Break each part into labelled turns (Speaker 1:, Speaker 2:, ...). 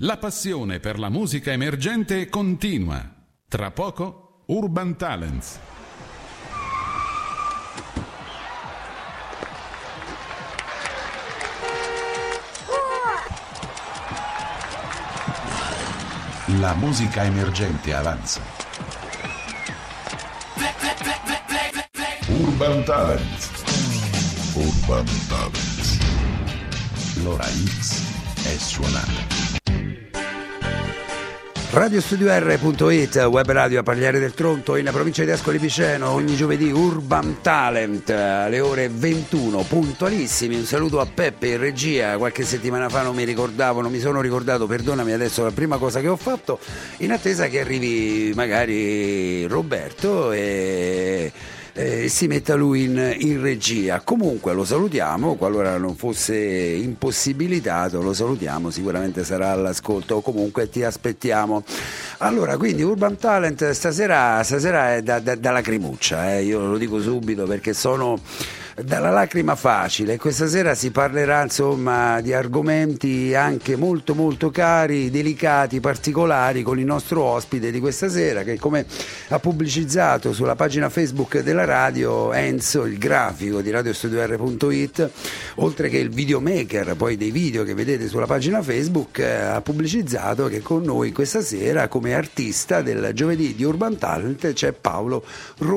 Speaker 1: La passione per la musica emergente continua. Tra poco Urban Talents.
Speaker 2: La musica emergente avanza. Urban Talent. Urban Talent. L'ora X è suonata.
Speaker 3: RadioStudioR.it, web radio a Pagliare del Tronto, in provincia di Ascoli Piceno, ogni giovedì Urban Talent, alle ore 21, puntualissimi. Un saluto a Peppe in regia, qualche settimana fa non mi ricordavo, non mi sono ricordato, perdonami adesso la prima cosa che ho fatto, in attesa che arrivi magari Roberto e... Eh, si metta lui in, in, regia. Comunque lo salutiamo, qualora non fosse impossibilitato, lo salutiamo, sicuramente sarà all'ascolto o comunque ti aspettiamo. Allora, quindi Urban Talent stasera, stasera è da, da, da lacrimuccia, eh, io lo dico subito perché sono dalla lacrima facile. Questa sera si parlerà insomma di argomenti anche molto molto cari, delicati, particolari con il nostro ospite di questa sera che come ha pubblicizzato sulla pagina Facebook della radio Enzo, il grafico di radiostudio.it, oltre che il videomaker poi dei video che vedete sulla pagina Facebook, eh, ha pubblicizzato che con noi questa sera come artista del giovedì di Urban Talent c'è Paolo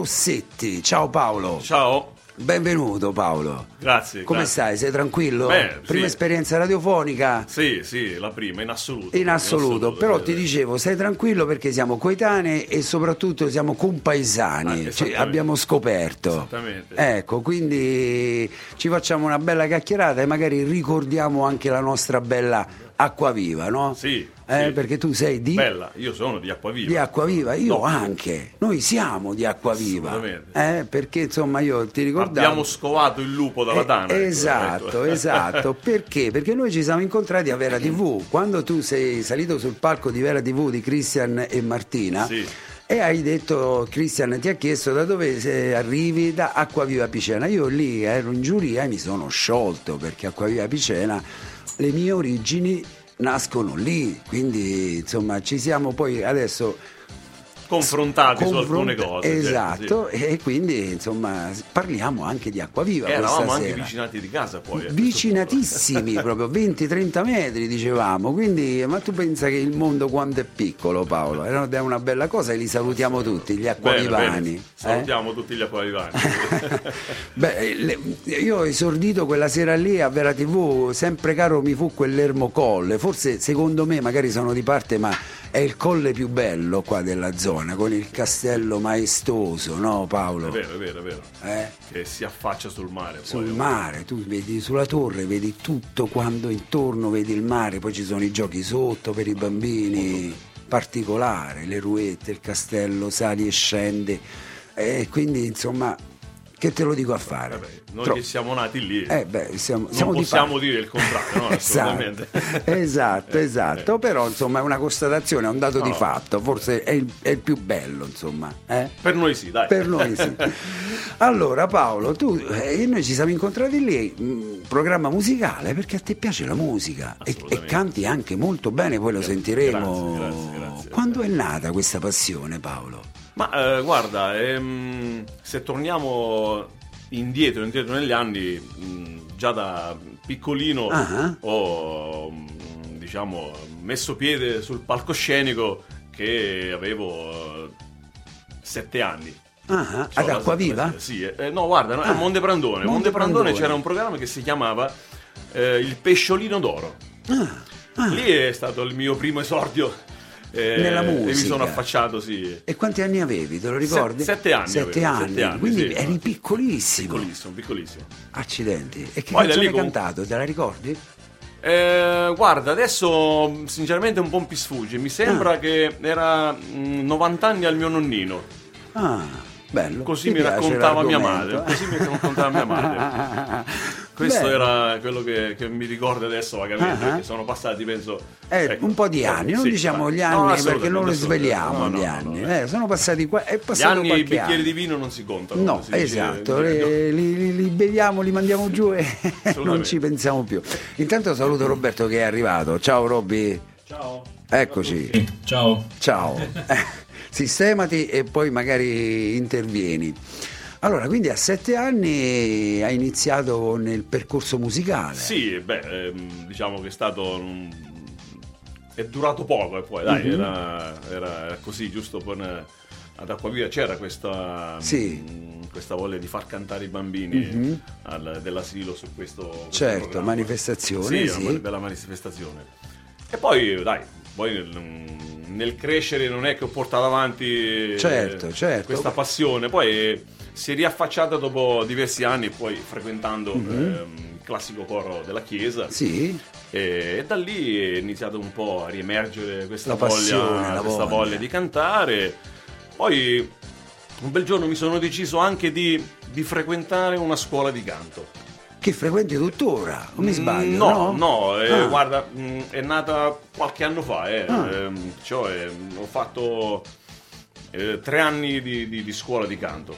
Speaker 3: Rossetti. Ciao Paolo.
Speaker 4: Ciao.
Speaker 3: Benvenuto Paolo.
Speaker 4: Grazie.
Speaker 3: Come
Speaker 4: grazie.
Speaker 3: stai? Sei tranquillo?
Speaker 4: Beh,
Speaker 3: prima
Speaker 4: sì.
Speaker 3: esperienza radiofonica?
Speaker 4: Sì, sì, la prima, in assoluto.
Speaker 3: In assoluto, però
Speaker 4: eh,
Speaker 3: ti dicevo, stai tranquillo perché siamo coetanei e soprattutto siamo
Speaker 4: Ah,
Speaker 3: compaesani, cioè,
Speaker 4: esattamente.
Speaker 3: abbiamo scoperto.
Speaker 4: Esattamente.
Speaker 3: Ecco, quindi ci facciamo una bella chiacchierata e magari ricordiamo anche la nostra bella acquaviva, no?
Speaker 4: Sì,
Speaker 3: Eh,
Speaker 4: sì.
Speaker 3: Perché tu sei di...
Speaker 4: Bella, io sono di Acquaviva.
Speaker 3: Di Acquaviva, io
Speaker 4: No,
Speaker 3: anche, noi siamo di Acquaviva,
Speaker 4: Assolutamente.
Speaker 3: eh, perché insomma io ti ricordavo...
Speaker 4: Abbiamo scovato il lupo dalla ecco,
Speaker 3: Eh,
Speaker 4: tana.
Speaker 3: esatto, esatto. Perché? Perché noi ci siamo incontrati a Vera TV. Quando tu sei salito sul palco di Vera TV di Christian e Martina.
Speaker 4: Sì.
Speaker 3: E hai detto, Christian ti ha chiesto da dove se arrivi da Acquaviva Picena. Io lì ero in giuria e mi sono sciolto perché Acquaviva Picena, le mie origini nascono lì. Quindi insomma ci siamo poi adesso
Speaker 4: Confrontati su alcune
Speaker 3: confronta-
Speaker 4: cose. certo,
Speaker 3: Esatto, e quindi insomma parliamo anche di Acquaviva.
Speaker 4: sì. E Eh, Eravamo
Speaker 3: questa
Speaker 4: anche
Speaker 3: sera
Speaker 4: vicinati di casa poi. eh, a questo
Speaker 3: vicinatissimi proprio 20-30 metri dicevamo quindi ma tu pensa che il mondo quando è piccolo Paolo ed è una bella cosa e li salutiamo tutti gli
Speaker 4: punto. Bene,
Speaker 3: acquavivani
Speaker 4: bene.
Speaker 3: eh?
Speaker 4: Salutiamo tutti gli acquavivani.
Speaker 3: Beh, le- io ho esordito quella sera lì a Vera TV, sempre caro mi fu quell'ermo colle, forse secondo me magari sono di parte, ma è il colle più bello qua della zona, con il castello maestoso, no
Speaker 4: è
Speaker 3: Paolo?
Speaker 4: vero, è vero, è vero.
Speaker 3: Eh?
Speaker 4: Che si affaccia sul mare. poi,
Speaker 3: sul
Speaker 4: oh.
Speaker 3: mare, tu vedi sulla torre, vedi tutto quando intorno vedi il mare, poi ci sono i giochi sotto per i bambini, particolare, le ruette, il castello, sali e scendi, e quindi insomma, che te lo dico a fare?
Speaker 4: eh. Vabbè, noi
Speaker 3: Tro-
Speaker 4: che siamo nati lì.
Speaker 3: eh beh, siamo,
Speaker 4: non
Speaker 3: siamo di
Speaker 4: possiamo
Speaker 3: parte.
Speaker 4: dire il contrario, no?
Speaker 3: Esatto,
Speaker 4: Assolutamente.
Speaker 3: esatto,
Speaker 4: Eh,
Speaker 3: esatto. però insomma è una constatazione, è un dato di
Speaker 4: No.
Speaker 3: fatto, forse è il, è il più bello insomma. eh?
Speaker 4: Per noi sì, dai.
Speaker 3: Per noi sì. Allora Paolo, tu eh, e noi ci siamo incontrati lì, mh, programma musicale, perché a te piace la musica e, e
Speaker 4: Assolutamente.
Speaker 3: canti anche molto bene, poi lo
Speaker 4: Grazie,
Speaker 3: sentiremo.
Speaker 4: grazie, grazie.
Speaker 3: Quando è nata questa passione Paolo?
Speaker 4: Ma eh, guarda, ehm, se torniamo indietro, indietro negli anni, mh, già da piccolino
Speaker 3: Ah.
Speaker 4: ho mh, diciamo messo piede sul palcoscenico che avevo eh, sette anni.
Speaker 3: Ah,
Speaker 4: So,
Speaker 3: ad
Speaker 4: da-
Speaker 3: Acquaviva?
Speaker 4: Sì, eh, no, guarda, no,
Speaker 3: Ah,
Speaker 4: a Monteprandone.
Speaker 3: Monteprandone.
Speaker 4: A Monteprandone c'era un programma che si chiamava eh, Il pesciolino d'oro.
Speaker 3: Ah,
Speaker 4: Lì è stato il mio primo esordio. eh,
Speaker 3: Nella
Speaker 4: E mi sono
Speaker 3: musica.
Speaker 4: affacciato, sì.
Speaker 3: E quanti anni avevi, te lo ricordi?
Speaker 4: Se- sette anni
Speaker 3: Sette
Speaker 4: avevo,
Speaker 3: anni,
Speaker 4: sette anni,
Speaker 3: quindi
Speaker 4: sì.
Speaker 3: eri piccolissimo.
Speaker 4: Piccolissimo, piccolissimo.
Speaker 3: Accidenti. E che
Speaker 4: Poi da
Speaker 3: canzone
Speaker 4: lì
Speaker 3: hai
Speaker 4: comunque-
Speaker 3: cantato? Te la ricordi?
Speaker 4: Eh, guarda, adesso mh, sinceramente un po' mi sfugge. Mi sembra
Speaker 3: Ah.
Speaker 4: che era mh, 90 anni al mio nonnino.
Speaker 3: Ah, bello. Ti
Speaker 4: Così mi
Speaker 3: piace
Speaker 4: raccontava mia
Speaker 3: l'argomento,
Speaker 4: madre,
Speaker 3: eh?
Speaker 4: così mi raccontava mia madre. Questo
Speaker 3: Beh.
Speaker 4: era quello che, che mi ricordo adesso vagamente,
Speaker 3: Ah.
Speaker 4: perché sono passati, penso.
Speaker 3: Eh,
Speaker 4: ecco,
Speaker 3: un po' di anni, non
Speaker 4: sì,
Speaker 3: diciamo
Speaker 4: dai.
Speaker 3: gli
Speaker 4: No,
Speaker 3: anni perché
Speaker 4: assolutamente,
Speaker 3: non li
Speaker 4: assolutamente.
Speaker 3: sveliamo
Speaker 4: No, no,
Speaker 3: gli
Speaker 4: no,
Speaker 3: anni,
Speaker 4: no.
Speaker 3: eh, sono passati qua, è
Speaker 4: Gli
Speaker 3: passato
Speaker 4: anni i
Speaker 3: qualche
Speaker 4: bicchieri
Speaker 3: anno.
Speaker 4: di vino non si contano.
Speaker 3: No,
Speaker 4: come si dice
Speaker 3: esatto,
Speaker 4: in radio.
Speaker 3: eh, li, li- li beviamo, li mandiamo giù e non
Speaker 4: Assolutamente.
Speaker 3: ci pensiamo più. Intanto saluto Roberto che è arrivato, ciao Robby.
Speaker 4: Ciao.
Speaker 3: Eccoci.
Speaker 5: Sì, Ciao.
Speaker 3: Ciao. Eh, Sistemati e poi magari intervieni. Allora, quindi a sette anni hai iniziato nel percorso musicale.
Speaker 4: Sì, beh, ehm, diciamo che è stato. un- è durato poco e poi,
Speaker 3: Mhm.
Speaker 4: dai, era, era così, giusto con. Ad Acquavia c'era questa,
Speaker 3: Sì.
Speaker 4: mh, questa voglia di far cantare i bambini
Speaker 3: Mhm.
Speaker 4: al- dell'asilo su questo. questo
Speaker 3: Certo,
Speaker 4: programma.
Speaker 3: manifestazione,
Speaker 4: Sì,
Speaker 3: sì.
Speaker 4: una bella- bella manifestazione. E poi, dai, poi nel, nel crescere non è che ho portato avanti eh,
Speaker 3: Certo, certo.
Speaker 4: questa passione, poi eh, si è riaffacciata dopo diversi anni, poi frequentando ehm, il classico coro della chiesa.
Speaker 3: Mhm. Sì?
Speaker 4: E, e da lì è iniziato un po' a riemergere questa,
Speaker 3: La passione,
Speaker 4: voglia,
Speaker 3: la
Speaker 4: questa
Speaker 3: voglia.
Speaker 4: voglia di cantare. Poi un bel giorno mi sono deciso anche di, di frequentare una scuola di canto.
Speaker 3: Che frequenti tuttora, o mi sbaglio?
Speaker 4: No, no, eh,
Speaker 3: Ah,
Speaker 4: guarda, mh, è nata qualche anno fa, eh,
Speaker 3: Ah.
Speaker 4: ehm, cioè mh, ho fatto eh, tre anni di, di- di scuola di canto,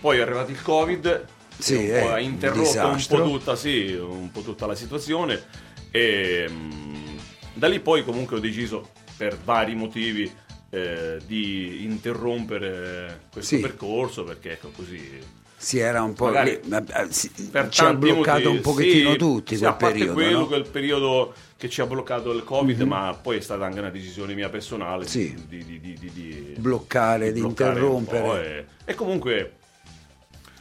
Speaker 4: poi è arrivato il covid,
Speaker 3: Mhm. Sì,
Speaker 4: che un po'
Speaker 3: eh,
Speaker 4: ha
Speaker 3: un
Speaker 4: interrotto un
Speaker 3: disastro.
Speaker 4: po, tutta, sì, un po' tutta la situazione e mh, da lì poi comunque ho deciso per vari motivi eh, di interrompere questo
Speaker 3: Sì.
Speaker 4: percorso perché ecco così
Speaker 3: Sì, era un po'. eh,
Speaker 4: Magari
Speaker 3: lì, ma- ma- sì,
Speaker 4: per
Speaker 3: ci ha
Speaker 4: tanti
Speaker 3: bloccato
Speaker 4: motivi,
Speaker 3: un pochettino
Speaker 4: sì,
Speaker 3: tutti
Speaker 4: sì,
Speaker 3: quel
Speaker 4: a parte
Speaker 3: periodo.
Speaker 4: quello,
Speaker 3: no? Mhm.
Speaker 4: quel periodo che ci ha bloccato il covid ma poi è stata anche una decisione mia personale
Speaker 3: Sì.
Speaker 4: di, di- di- di- di-
Speaker 3: Bloccare, di
Speaker 4: bloccare un po' eh.
Speaker 3: interrompere.
Speaker 4: e, e comunque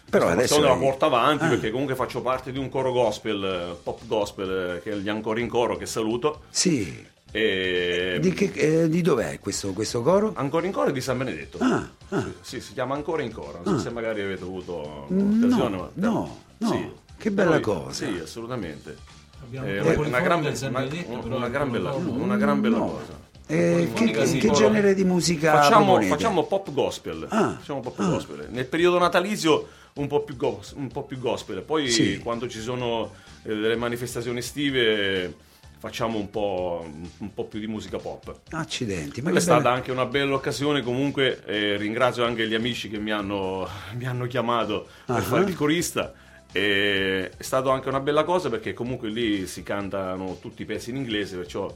Speaker 3: Però
Speaker 4: questa
Speaker 3: adesso.
Speaker 4: passione
Speaker 3: hai-
Speaker 4: la porto avanti
Speaker 3: Ah,
Speaker 4: perché comunque faccio parte di un coro gospel eh, pop gospel eh, che è gli ancora in coro che saluto
Speaker 3: Sì.
Speaker 4: e
Speaker 3: Di, che- eh, di dov'è questo, questo coro?
Speaker 4: ancora in coro è di San Benedetto
Speaker 3: Ah, ah.
Speaker 4: Sì, si chiama ancora in coro. Non so
Speaker 3: Ah.
Speaker 4: se magari avete avuto
Speaker 3: Mm,
Speaker 4: occasione.
Speaker 3: no,
Speaker 4: ma-
Speaker 3: no, no.
Speaker 4: Sì.
Speaker 3: che bella
Speaker 4: Noi-
Speaker 3: cosa.
Speaker 4: Sì, assolutamente.
Speaker 5: Abbiamo
Speaker 4: Eh,
Speaker 5: un po'
Speaker 4: una,
Speaker 5: fuori
Speaker 4: gran,
Speaker 5: forma, sempre
Speaker 4: ma-
Speaker 5: detto,
Speaker 4: una-
Speaker 5: però ecco,
Speaker 4: una
Speaker 5: è
Speaker 6: ecco,
Speaker 4: gran bella,
Speaker 5: quello-
Speaker 4: una gran bella
Speaker 3: No.
Speaker 4: cosa.
Speaker 3: Eh, che,
Speaker 5: Monica
Speaker 3: che-
Speaker 5: Sicora.
Speaker 3: che genere di musica
Speaker 4: Facciamo,
Speaker 3: proponete?
Speaker 4: facciamo pop gospel.
Speaker 3: Ah,
Speaker 4: Facciamo pop
Speaker 3: ah.
Speaker 4: gospel. Nel periodo natalizio un po' più, gos- un po' più gospel. Poi
Speaker 3: Sì.
Speaker 4: quando ci sono eh, delle manifestazioni estive facciamo un po', un po' più di musica pop.
Speaker 3: Accidenti, ma
Speaker 4: Quella
Speaker 3: che
Speaker 4: è stata
Speaker 3: bella-
Speaker 4: anche una bella occasione, comunque eh, ringrazio anche gli amici che mi hanno, mi hanno chiamato per
Speaker 3: Ah.
Speaker 4: fare il corista. E è stata anche una bella cosa perché comunque lì si cantano tutti i pezzi in inglese, perciò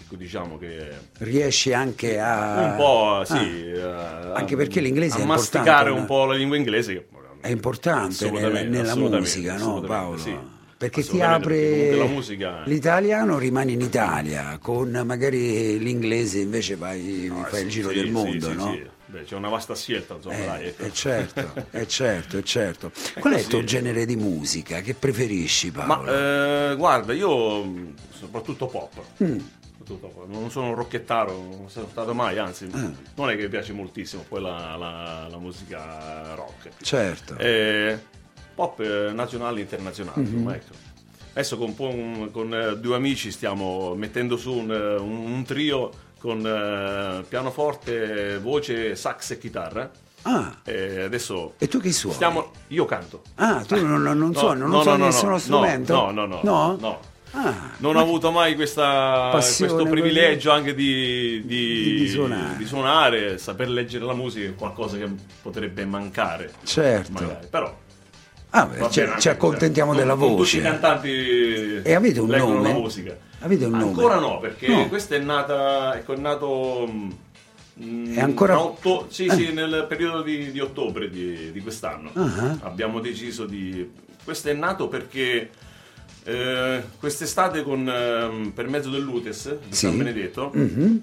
Speaker 4: ecco, diciamo che
Speaker 3: riesci anche a
Speaker 4: un po'
Speaker 3: Ah,
Speaker 4: sì, a-
Speaker 3: Anche perché l'inglese
Speaker 4: a
Speaker 3: è importante,
Speaker 4: masticare
Speaker 3: no?
Speaker 4: un po' la lingua inglese che-
Speaker 3: è importante nel-
Speaker 4: Assolutamente,
Speaker 3: nella
Speaker 4: assolutamente,
Speaker 3: musica, no
Speaker 4: assolutamente,
Speaker 3: Paolo?
Speaker 4: sì.
Speaker 3: Perché ti
Speaker 4: Assolutamente, perché
Speaker 3: apre
Speaker 4: comunque la musica
Speaker 3: l'italiano rimani in Italia, con magari l'inglese invece vai, fai il giro
Speaker 4: Ah, eh, Sì,
Speaker 3: del
Speaker 4: sì,
Speaker 3: mondo,
Speaker 4: sì,
Speaker 3: no?
Speaker 4: sì. Beh, c'è una vasta scelta, insomma, dai,
Speaker 3: Eh,
Speaker 4: ecco.
Speaker 3: è certo, è certo, è certo. Qual è il tuo
Speaker 4: così.
Speaker 3: genere di musica che preferisci,
Speaker 4: Ma
Speaker 3: Paolo?
Speaker 4: eh, guarda, io mh, soprattutto pop.
Speaker 3: Mm.
Speaker 4: Soprattutto pop. Non sono un rocchettaro, non sono stato mai, anzi,
Speaker 3: Ah.
Speaker 4: non è che mi piace moltissimo poi la, la- la musica rock.
Speaker 3: certo.
Speaker 4: Eh, pop eh, nazionale e internazionale,
Speaker 3: Mhm.
Speaker 4: insomma, ecco. Adesso con, po- un- con, eh, due amici stiamo mettendo su un, eh, un- un trio con eh, pianoforte, voce, sax e chitarra.
Speaker 3: Ah,
Speaker 4: E adesso
Speaker 3: e tu chi suoni?
Speaker 4: stiamo... Io canto.
Speaker 3: Ah, tu non, non, non
Speaker 4: No,
Speaker 3: suoni, non
Speaker 4: no,
Speaker 3: suoni
Speaker 4: no, no,
Speaker 3: nessuno
Speaker 4: no,
Speaker 3: strumento?
Speaker 4: no, no, no,
Speaker 3: No?
Speaker 4: no.
Speaker 3: Ah,
Speaker 4: Non ho avuto mai questa-
Speaker 3: Passione,
Speaker 4: questo
Speaker 3: voglio-
Speaker 4: privilegio anche di, di-
Speaker 3: Di- di suonare.
Speaker 4: di suonare, saper leggere la musica è qualcosa che potrebbe mancare.
Speaker 3: certo.
Speaker 4: Magari. Però
Speaker 3: Ah, beh,
Speaker 4: va
Speaker 3: ci-
Speaker 4: bene anche
Speaker 3: ci accontentiamo
Speaker 4: così.
Speaker 3: della
Speaker 4: Non- non Tutti
Speaker 3: voce.
Speaker 4: i cantanti
Speaker 3: E avete un
Speaker 4: leggono
Speaker 3: nome?
Speaker 4: la musica.
Speaker 3: Avete un nome?
Speaker 4: Ancora no, perché
Speaker 3: No.
Speaker 4: questa è nata. Ecco, è nato. mm,
Speaker 3: È ancora-
Speaker 4: a otto- sì, sì, nel periodo di, di ottobre di, di quest'anno
Speaker 3: Ah.
Speaker 4: abbiamo deciso di. Questo è nato perché eh, quest'estate, con, ehm, per mezzo dell'Utes di
Speaker 3: Sì.
Speaker 4: San Benedetto,
Speaker 3: Mhm.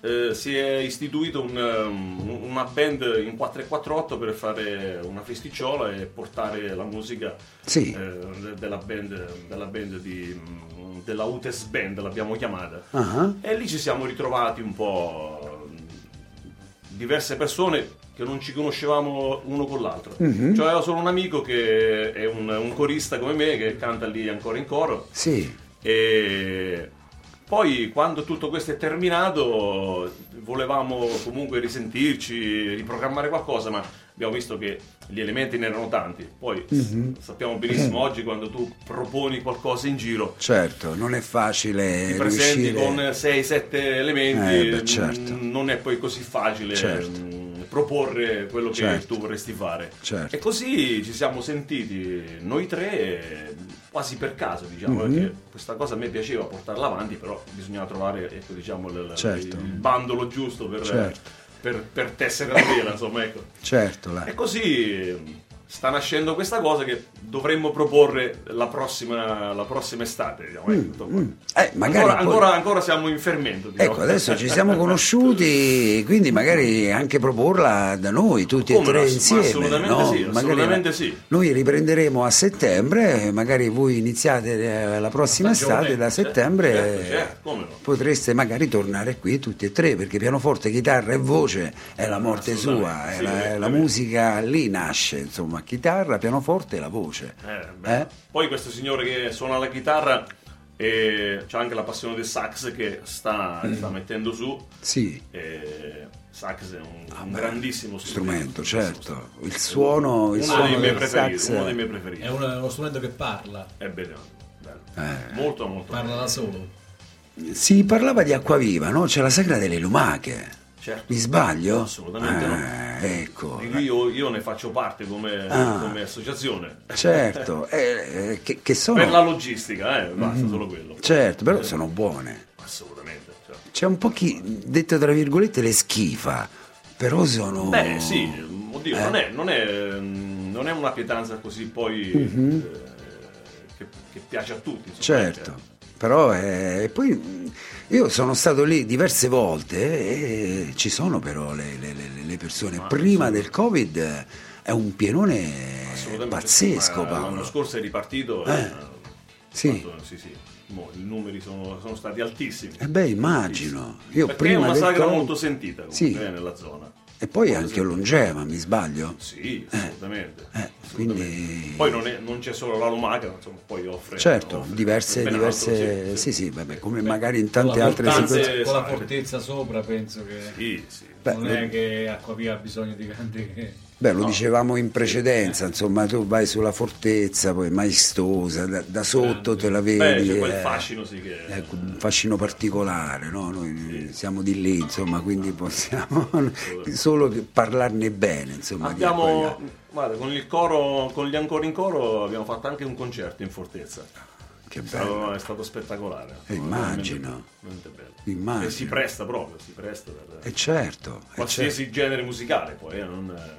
Speaker 4: eh, si è istituito un, um, una band in 448 per fare una festicciola e portare la musica
Speaker 3: Sì.
Speaker 4: eh, de- della band, della, band di, mm, della UTES Band, l'abbiamo chiamata.
Speaker 3: Ah.
Speaker 4: E lì ci siamo ritrovati un po' mm, diverse persone che non ci conoscevamo uno con l'altro. Cioè avevo solo un amico che è un, un corista come me che canta lì ancora in coro.
Speaker 3: Sì,
Speaker 4: E poi quando tutto questo è terminato volevamo comunque risentirci, riprogrammare qualcosa, ma abbiamo visto che gli elementi ne erano tanti. Poi s-
Speaker 3: Mhm.
Speaker 4: sappiamo benissimo oggi quando tu proponi qualcosa in giro,
Speaker 3: certo, non è
Speaker 4: ti
Speaker 3: facile
Speaker 4: presenti
Speaker 3: Eh, riuscire.
Speaker 4: con 6-7 elementi,
Speaker 3: Eh, beh, certo.
Speaker 4: mh, non è poi così facile
Speaker 3: Certo.
Speaker 4: mh, proporre quello che
Speaker 3: Certo.
Speaker 4: tu vorresti fare.
Speaker 3: Certo.
Speaker 4: E così ci siamo sentiti noi tre e quasi per caso, diciamo,
Speaker 3: Mm-hmm.
Speaker 4: perché questa cosa a me piaceva portarla avanti, però bisognava trovare ecco, diciamo, il,
Speaker 5: Certo.
Speaker 4: il bandolo giusto per,
Speaker 5: Certo.
Speaker 4: per- per tessere la vela, insomma, ecco.
Speaker 5: Certo, là.
Speaker 4: E così sta nascendo questa cosa che dovremmo proporre la prossima, la prossima estate. Diciamo, ecco, insomma.
Speaker 3: Eh, magari
Speaker 4: ancora,
Speaker 3: poi-
Speaker 4: ancora- ancora siamo in fermento. diciamo.
Speaker 3: Ecco, adesso ci siamo conosciuti, quindi magari anche proporla da noi tutti
Speaker 4: Come
Speaker 3: e tre
Speaker 4: no, ma
Speaker 3: insieme.
Speaker 4: assolutamente
Speaker 3: no?
Speaker 4: sì,
Speaker 3: Magari
Speaker 4: assolutamente sì.
Speaker 3: Noi riprenderemo a settembre, magari voi iniziate eh, la prossima
Speaker 4: Stagione,
Speaker 3: estate, da
Speaker 4: certo,
Speaker 3: settembre
Speaker 4: certo,
Speaker 3: eh,
Speaker 4: certo, come no.
Speaker 3: potreste magari tornare qui tutti e tre, perché pianoforte, chitarra e voce è la morte sua,
Speaker 4: Assolutamente,
Speaker 3: è
Speaker 4: sì,
Speaker 3: la, è la
Speaker 4: ovviamente.
Speaker 3: musica lì nasce, insomma, chitarra, pianoforte e la voce.
Speaker 4: Eh, beh.
Speaker 3: Eh?
Speaker 4: Poi questo signore che suona la chitarra e c'ha anche la passione del sax che sta, sta mettendo su.
Speaker 3: Mm. Sì. Ah,
Speaker 4: Eh, sax è un, un
Speaker 3: beh,
Speaker 4: grandissimo
Speaker 3: Strumento,
Speaker 4: strumento,
Speaker 3: certo, il suono, il
Speaker 4: Uno,
Speaker 3: suono
Speaker 4: dei miei
Speaker 3: del
Speaker 4: preferiti,
Speaker 3: sax.
Speaker 4: uno dei miei preferiti.
Speaker 6: È uno, è uno strumento che parla,
Speaker 4: Ebbene, bello.
Speaker 3: Eh.
Speaker 4: molto molto
Speaker 6: parla
Speaker 4: bello.
Speaker 6: da solo.
Speaker 3: Si parlava di acquaviva, no? C'è la sagra delle lumache.
Speaker 4: Certo.
Speaker 3: Mi sbaglio?
Speaker 4: Assolutamente
Speaker 3: Ah, Ecco.
Speaker 4: Di cui io, io ne faccio parte come,
Speaker 3: Ah.
Speaker 4: come associazione.
Speaker 3: Certo, eh, eh, che, che sono...
Speaker 4: Per la eh. logistica, eh, basta solo quello.
Speaker 3: Certo, però sono buone.
Speaker 4: Assolutamente. certo.
Speaker 3: C'è un po' chi, detto tra virgolette, le schifa, però sono...
Speaker 4: Beh, sì, oddio, non,
Speaker 3: Eh.
Speaker 4: è, non è, mm, non è una pietanza così poi eh, che, che piace a tutti. insomma,
Speaker 3: Mhm.
Speaker 4: cioè,
Speaker 3: Certo. Però eh, e poi mh, io sono stato lì diverse volte e ci sono però le, le- le- le persone. Prima del Covid eh, è un pienone
Speaker 4: Assolutamente.
Speaker 3: pazzesco,
Speaker 4: Ma L'anno
Speaker 3: Paolo.
Speaker 4: scorso è ripartito. e,
Speaker 3: Eh,
Speaker 4: eh,
Speaker 3: sì.
Speaker 4: fatto- sì, sì. Mo, I numeri sono, sono stati altissimi.
Speaker 3: Eh beh, immagino. Io
Speaker 4: Perché
Speaker 3: prima
Speaker 4: è una
Speaker 3: del
Speaker 4: sagra
Speaker 3: Covid-
Speaker 4: molto sentita comunque,
Speaker 3: Sì.
Speaker 4: eh, nella zona.
Speaker 3: E poi anche longeva, mi sbaglio?
Speaker 4: Sì, assolutamente.
Speaker 3: eh,
Speaker 4: assolutamente.
Speaker 3: quindi-
Speaker 4: Poi non, è- non c'è solo la lumaca, ma insomma, poi offre...
Speaker 3: Certo,
Speaker 4: offre
Speaker 3: diverse,
Speaker 4: ben altro,
Speaker 3: diverse, sì, sì, vabbè, come magari in tante
Speaker 6: Con la
Speaker 3: altre
Speaker 6: fortezza-
Speaker 3: situazioni.
Speaker 4: situazioni.
Speaker 6: Con la fortezza sopra penso che
Speaker 4: Sì, sì.
Speaker 6: non è che Acquavia ha bisogno di grandi...
Speaker 3: Beh, lo dicevamo in
Speaker 4: Eh.
Speaker 3: precedenza, insomma, tu vai sulla fortezza, poi maestosa, da, da sotto te la vedi.
Speaker 4: Eh. Beh, c'è quel
Speaker 3: eh, ecco,
Speaker 4: fascino, sì, che...
Speaker 3: è un fascino particolare, no? Noi siamo di lì, insomma, quindi possiamo solo che parlarne bene, insomma. di
Speaker 4: Abbiamo,
Speaker 3: acquaviva.
Speaker 4: guarda, con il coro, con gli ancora in coro abbiamo fatto anche un concerto in Fortezza.
Speaker 3: Che
Speaker 4: È
Speaker 3: bello.
Speaker 4: stato, è stato spettacolare.
Speaker 3: Eh, immagino.
Speaker 4: Veramente, veramente bello.
Speaker 3: Immagino.
Speaker 4: E si presta proprio, si presta per
Speaker 3: E certo, eh, certo.
Speaker 4: qualsiasi genere musicale poi. eh, non-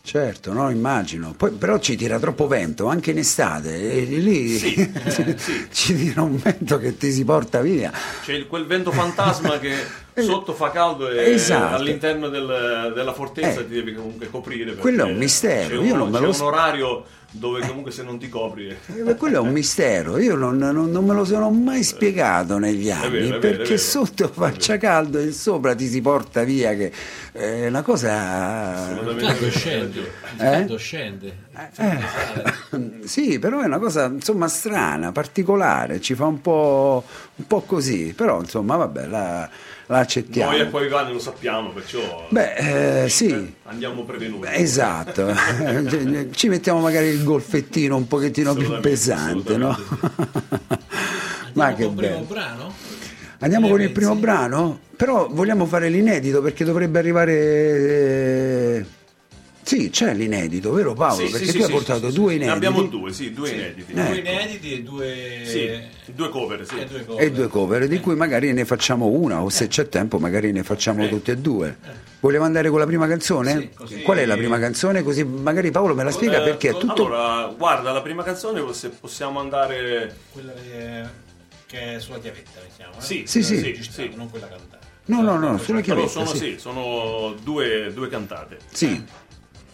Speaker 3: Certo, no, immagino. Poi, però ci tira troppo vento, anche in estate. E lì
Speaker 4: Sì, eh, sì.
Speaker 3: ci tira un vento che ti si porta via.
Speaker 4: C'è il- quel vento fantasma che sotto fa caldo e
Speaker 3: Esatto.
Speaker 4: all'interno del- della fortezza
Speaker 3: Eh.
Speaker 4: ti devi comunque coprire. perché
Speaker 3: Quello è un mistero,
Speaker 4: C'è,
Speaker 3: io
Speaker 4: un,
Speaker 3: non me
Speaker 4: c'è
Speaker 3: lo
Speaker 4: un
Speaker 3: sp-
Speaker 4: orario dove comunque se non ti copri...
Speaker 3: Eh, ma Quello è un mistero, io non, non- non me lo sono mai spiegato negli anni,
Speaker 4: vero, è vero, è
Speaker 3: perché
Speaker 4: vero.
Speaker 3: sotto faccia caldo e sopra ti si porta via, che è una cosa...
Speaker 6: Il
Speaker 4: assolutamente
Speaker 6: caldo scende, il
Speaker 3: Eh?
Speaker 6: caldo scende.
Speaker 3: Sì, però è una cosa insomma strana, particolare, ci fa un po', un po' così, però insomma vabbè, la, la accettiamo.
Speaker 4: Noi acquavivani lo sappiamo, perciò...
Speaker 3: Beh, eh, sì.
Speaker 4: Andiamo prevenuti.
Speaker 3: Esatto, ci mettiamo magari il golfettino un pochettino più
Speaker 4: Assolutamente,
Speaker 3: pesante, no? Ma
Speaker 6: Andiamo
Speaker 3: che
Speaker 6: col primo
Speaker 3: bello.
Speaker 6: brano?
Speaker 3: Andiamo con il
Speaker 6: Sì.
Speaker 3: primo brano, però vogliamo fare l'inedito perché dovrebbe arrivare... eh, Sì, c'è l'inedito, vero Paolo?
Speaker 4: Sì,
Speaker 3: perché
Speaker 4: sì,
Speaker 3: tu
Speaker 4: sì,
Speaker 3: hai
Speaker 4: sì,
Speaker 3: portato
Speaker 4: sì,
Speaker 3: due
Speaker 4: sì. Ne
Speaker 3: inediti.
Speaker 4: abbiamo due, sì, due inediti.
Speaker 6: Due
Speaker 3: Ecco.
Speaker 6: inediti e due...
Speaker 4: Sì, due cover, sì.
Speaker 6: e due cover.
Speaker 3: E due cover, di cui magari ne facciamo una o
Speaker 4: Eh.
Speaker 3: se c'è tempo magari ne facciamo tutte e due. Vogliamo andare con la prima canzone?
Speaker 6: Sì, così-
Speaker 3: Qual è la prima canzone? Così magari Paolo me la spiega
Speaker 4: Eh,
Speaker 3: perché è tutto...
Speaker 4: Allora, guarda, la prima canzone, se possiamo andare...
Speaker 6: Quella che è, che è sulla chiavetta, mi chiamo. eh?
Speaker 4: Sì,
Speaker 3: Sì, sì.
Speaker 4: sì,
Speaker 6: Registrata,
Speaker 4: sì.
Speaker 6: Non quella cantata.
Speaker 3: No, no, no, sulla
Speaker 4: Però
Speaker 3: chiavetta.
Speaker 4: sono,
Speaker 3: sì.
Speaker 4: sì, sono due, due cantate.
Speaker 3: Sì,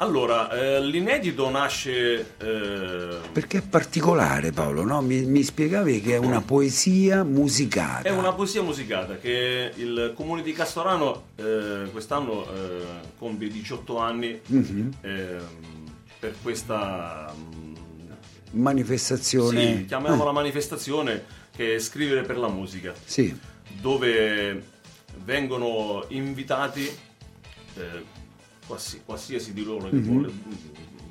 Speaker 4: Allora, eh, l'inedito nasce... eh,
Speaker 3: perché è particolare Paolo, no? mi, mi spiegavi che è una poesia musicata.
Speaker 4: Eh. È una poesia musicata che il comune di Castorano eh, quest'anno eh, compie 18 anni
Speaker 3: Mhm.
Speaker 4: ehm, per questa mm,
Speaker 3: manifestazione.
Speaker 4: Sì, chiamiamola manifestazione che è scrivere per la musica,
Speaker 3: Eh, Sì,
Speaker 4: dove vengono invitati eh, quasi- qualsiasi di loro che vuole,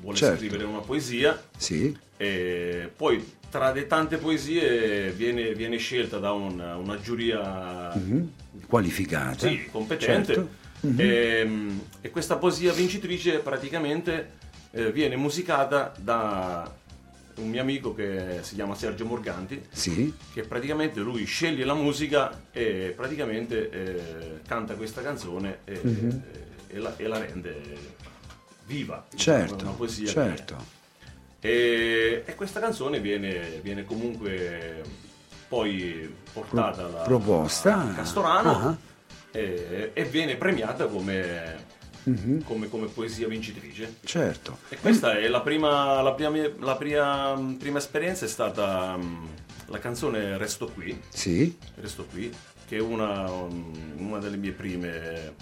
Speaker 4: vuole
Speaker 3: Mhm. Certo.
Speaker 4: scrivere una poesia
Speaker 3: sì,
Speaker 4: e poi tra le tante poesie viene, viene scelta da una, una giuria
Speaker 3: Mhm. qualificata.
Speaker 4: sì, competente
Speaker 3: Mm-hmm. Certo.
Speaker 4: Ehm, e, questa poesia vincitrice praticamente eh, viene musicata da un mio amico che si chiama Sergio Morganti,
Speaker 3: Sì.
Speaker 4: che praticamente lui sceglie la musica e praticamente eh, canta questa canzone e,
Speaker 3: Mhm.
Speaker 4: e- e la, e la rende viva.
Speaker 3: Certo,
Speaker 4: una poesia che-
Speaker 3: certo.
Speaker 4: E, e questa canzone viene, viene comunque poi portata alla
Speaker 3: proposta.
Speaker 4: a Castorano
Speaker 3: Ah.
Speaker 4: e, e viene premiata come,
Speaker 3: Mm-hmm.
Speaker 4: come- come poesia vincitrice.
Speaker 3: Certo.
Speaker 4: E questa è la prima, la prima, mia- la prima- prima esperienza, è stata mm, la canzone Resto qui,
Speaker 3: Sì.
Speaker 4: Resto qui, che è una, mm, una delle mie prime,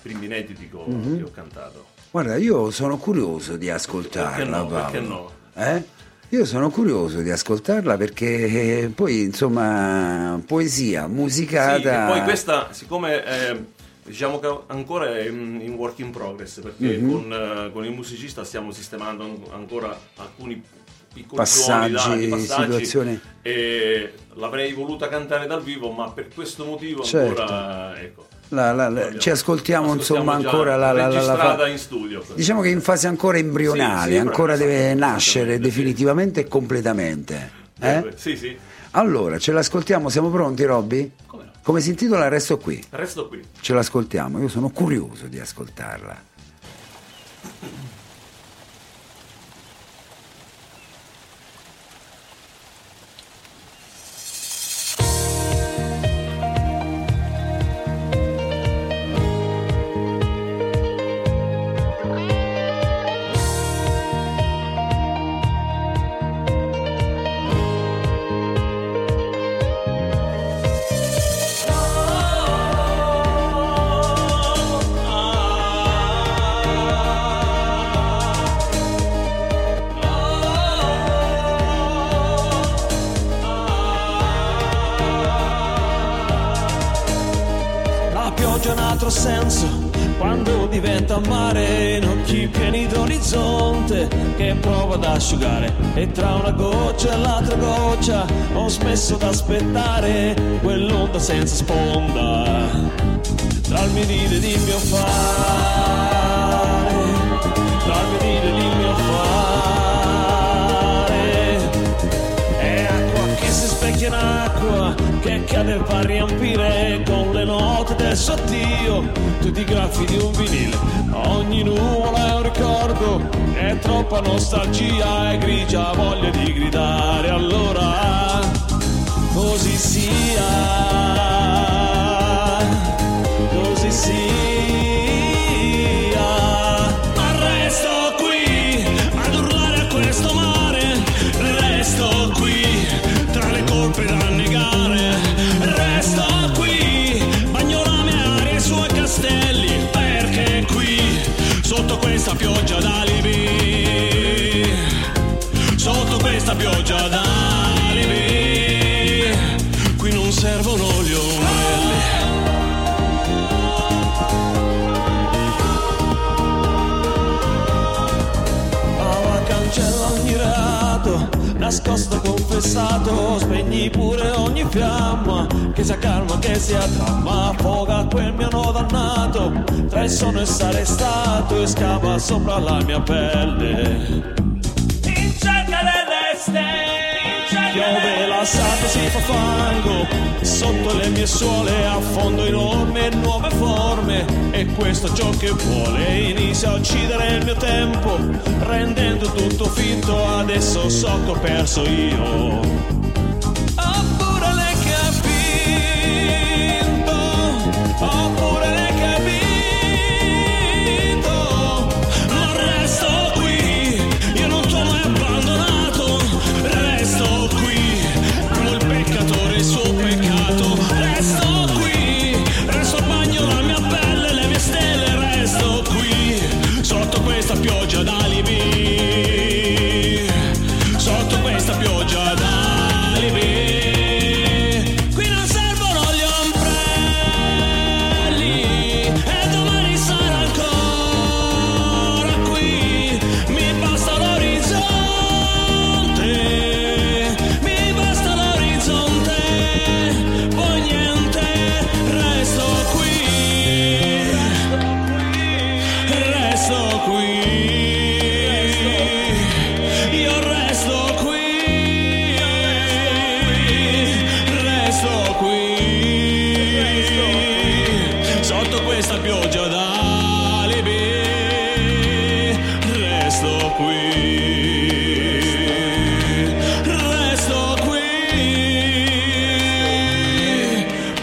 Speaker 4: primi inediti che ho,
Speaker 3: Mm-hmm.
Speaker 4: che ho cantato.
Speaker 3: Guarda, io sono curioso di ascoltarla,
Speaker 4: Perché no, perché
Speaker 3: Paolo.
Speaker 4: no?
Speaker 3: Eh? Io sono curioso di ascoltarla perché eh, poi, insomma, poesia
Speaker 4: Sì, che
Speaker 3: musicata.
Speaker 4: poi questa, siccome eh, diciamo che ancora è in, in work in progress, perché
Speaker 3: Mhm.
Speaker 4: con, eh, con il musicista stiamo sistemando an- ancora alcuni piccoli
Speaker 3: Passaggi,
Speaker 4: suoni, dati, passaggi
Speaker 3: situazioni.
Speaker 4: e l'avrei voluta cantare dal vivo, ma per questo motivo
Speaker 3: Certo.
Speaker 4: ancora ecco.
Speaker 3: La- la- la-
Speaker 4: Abbiamo-
Speaker 3: ci ascoltiamo, insomma
Speaker 4: già
Speaker 3: ancora la, la, la- la-
Speaker 4: registrata in studio.
Speaker 3: Diciamo che in fase ancora embrionale,
Speaker 4: Sì, sì,
Speaker 3: ancora
Speaker 4: bravo,
Speaker 3: deve
Speaker 4: esatto,
Speaker 3: nascere
Speaker 4: esattamente, sì.
Speaker 3: definitivamente e completamente.
Speaker 4: Eh,
Speaker 3: Eh?
Speaker 4: Sì, sì,
Speaker 3: Allora, ce l'ascoltiamo, siamo pronti Robby?
Speaker 6: Come no?
Speaker 3: Come si intitola Resto qui?
Speaker 4: resto qui.
Speaker 3: Ce l'ascoltiamo, io sono curioso di ascoltarla.
Speaker 5: La pioggia ha un altro senso quando diventa mare in occhi pieni d'orizzonte che prova ad asciugare e tra una goccia e l'altra goccia ho smesso d'aspettare quell'onda senza sponda tra il midire di mio fare tra il midire di mio fare è acqua che si specchia in acqua, che cade e va a riempire con le note del sottio, tutti i graffi di un vinile. Ogni nuvola è un ricordo, è troppa nostalgia e grigia voglia di gridare. Allora, così sia, così sia. Ma resto qui ad urlare a questo mare, resto qui tra le colpe da negare, resto qui bagnolame aria e suoi castelli, perché qui sotto questa pioggia d'alibi, sotto questa pioggia d'alibi, qui non servono gli ombrelli. Paola cancella ogni reato, nascosto confessato, spegni pure ogni fiamma, che sia calma, che sia dramma, foga quel mio nodo dannato, tra il sonno e sarei stato, e scava sopra la mia pelle. In cerca delle stelle, piove la santa si fa fango, sotto le mie suole affondo enorme nuove forme, e questo è ciò che vuole, inizia a uccidere il mio tempo, rendendo tutto finto, adesso so che ho perso io. Oppure l'hai capito, oppure l'hai capito, ma resto qui, io non t'ho mai abbandonato, resto qui, amo il peccatore e il suo peccato, resto qui, resto al bagno la mia pelle, le mie stelle, resto qui, sotto questa pioggia d'alibi, sotto questa pioggia d'alibi.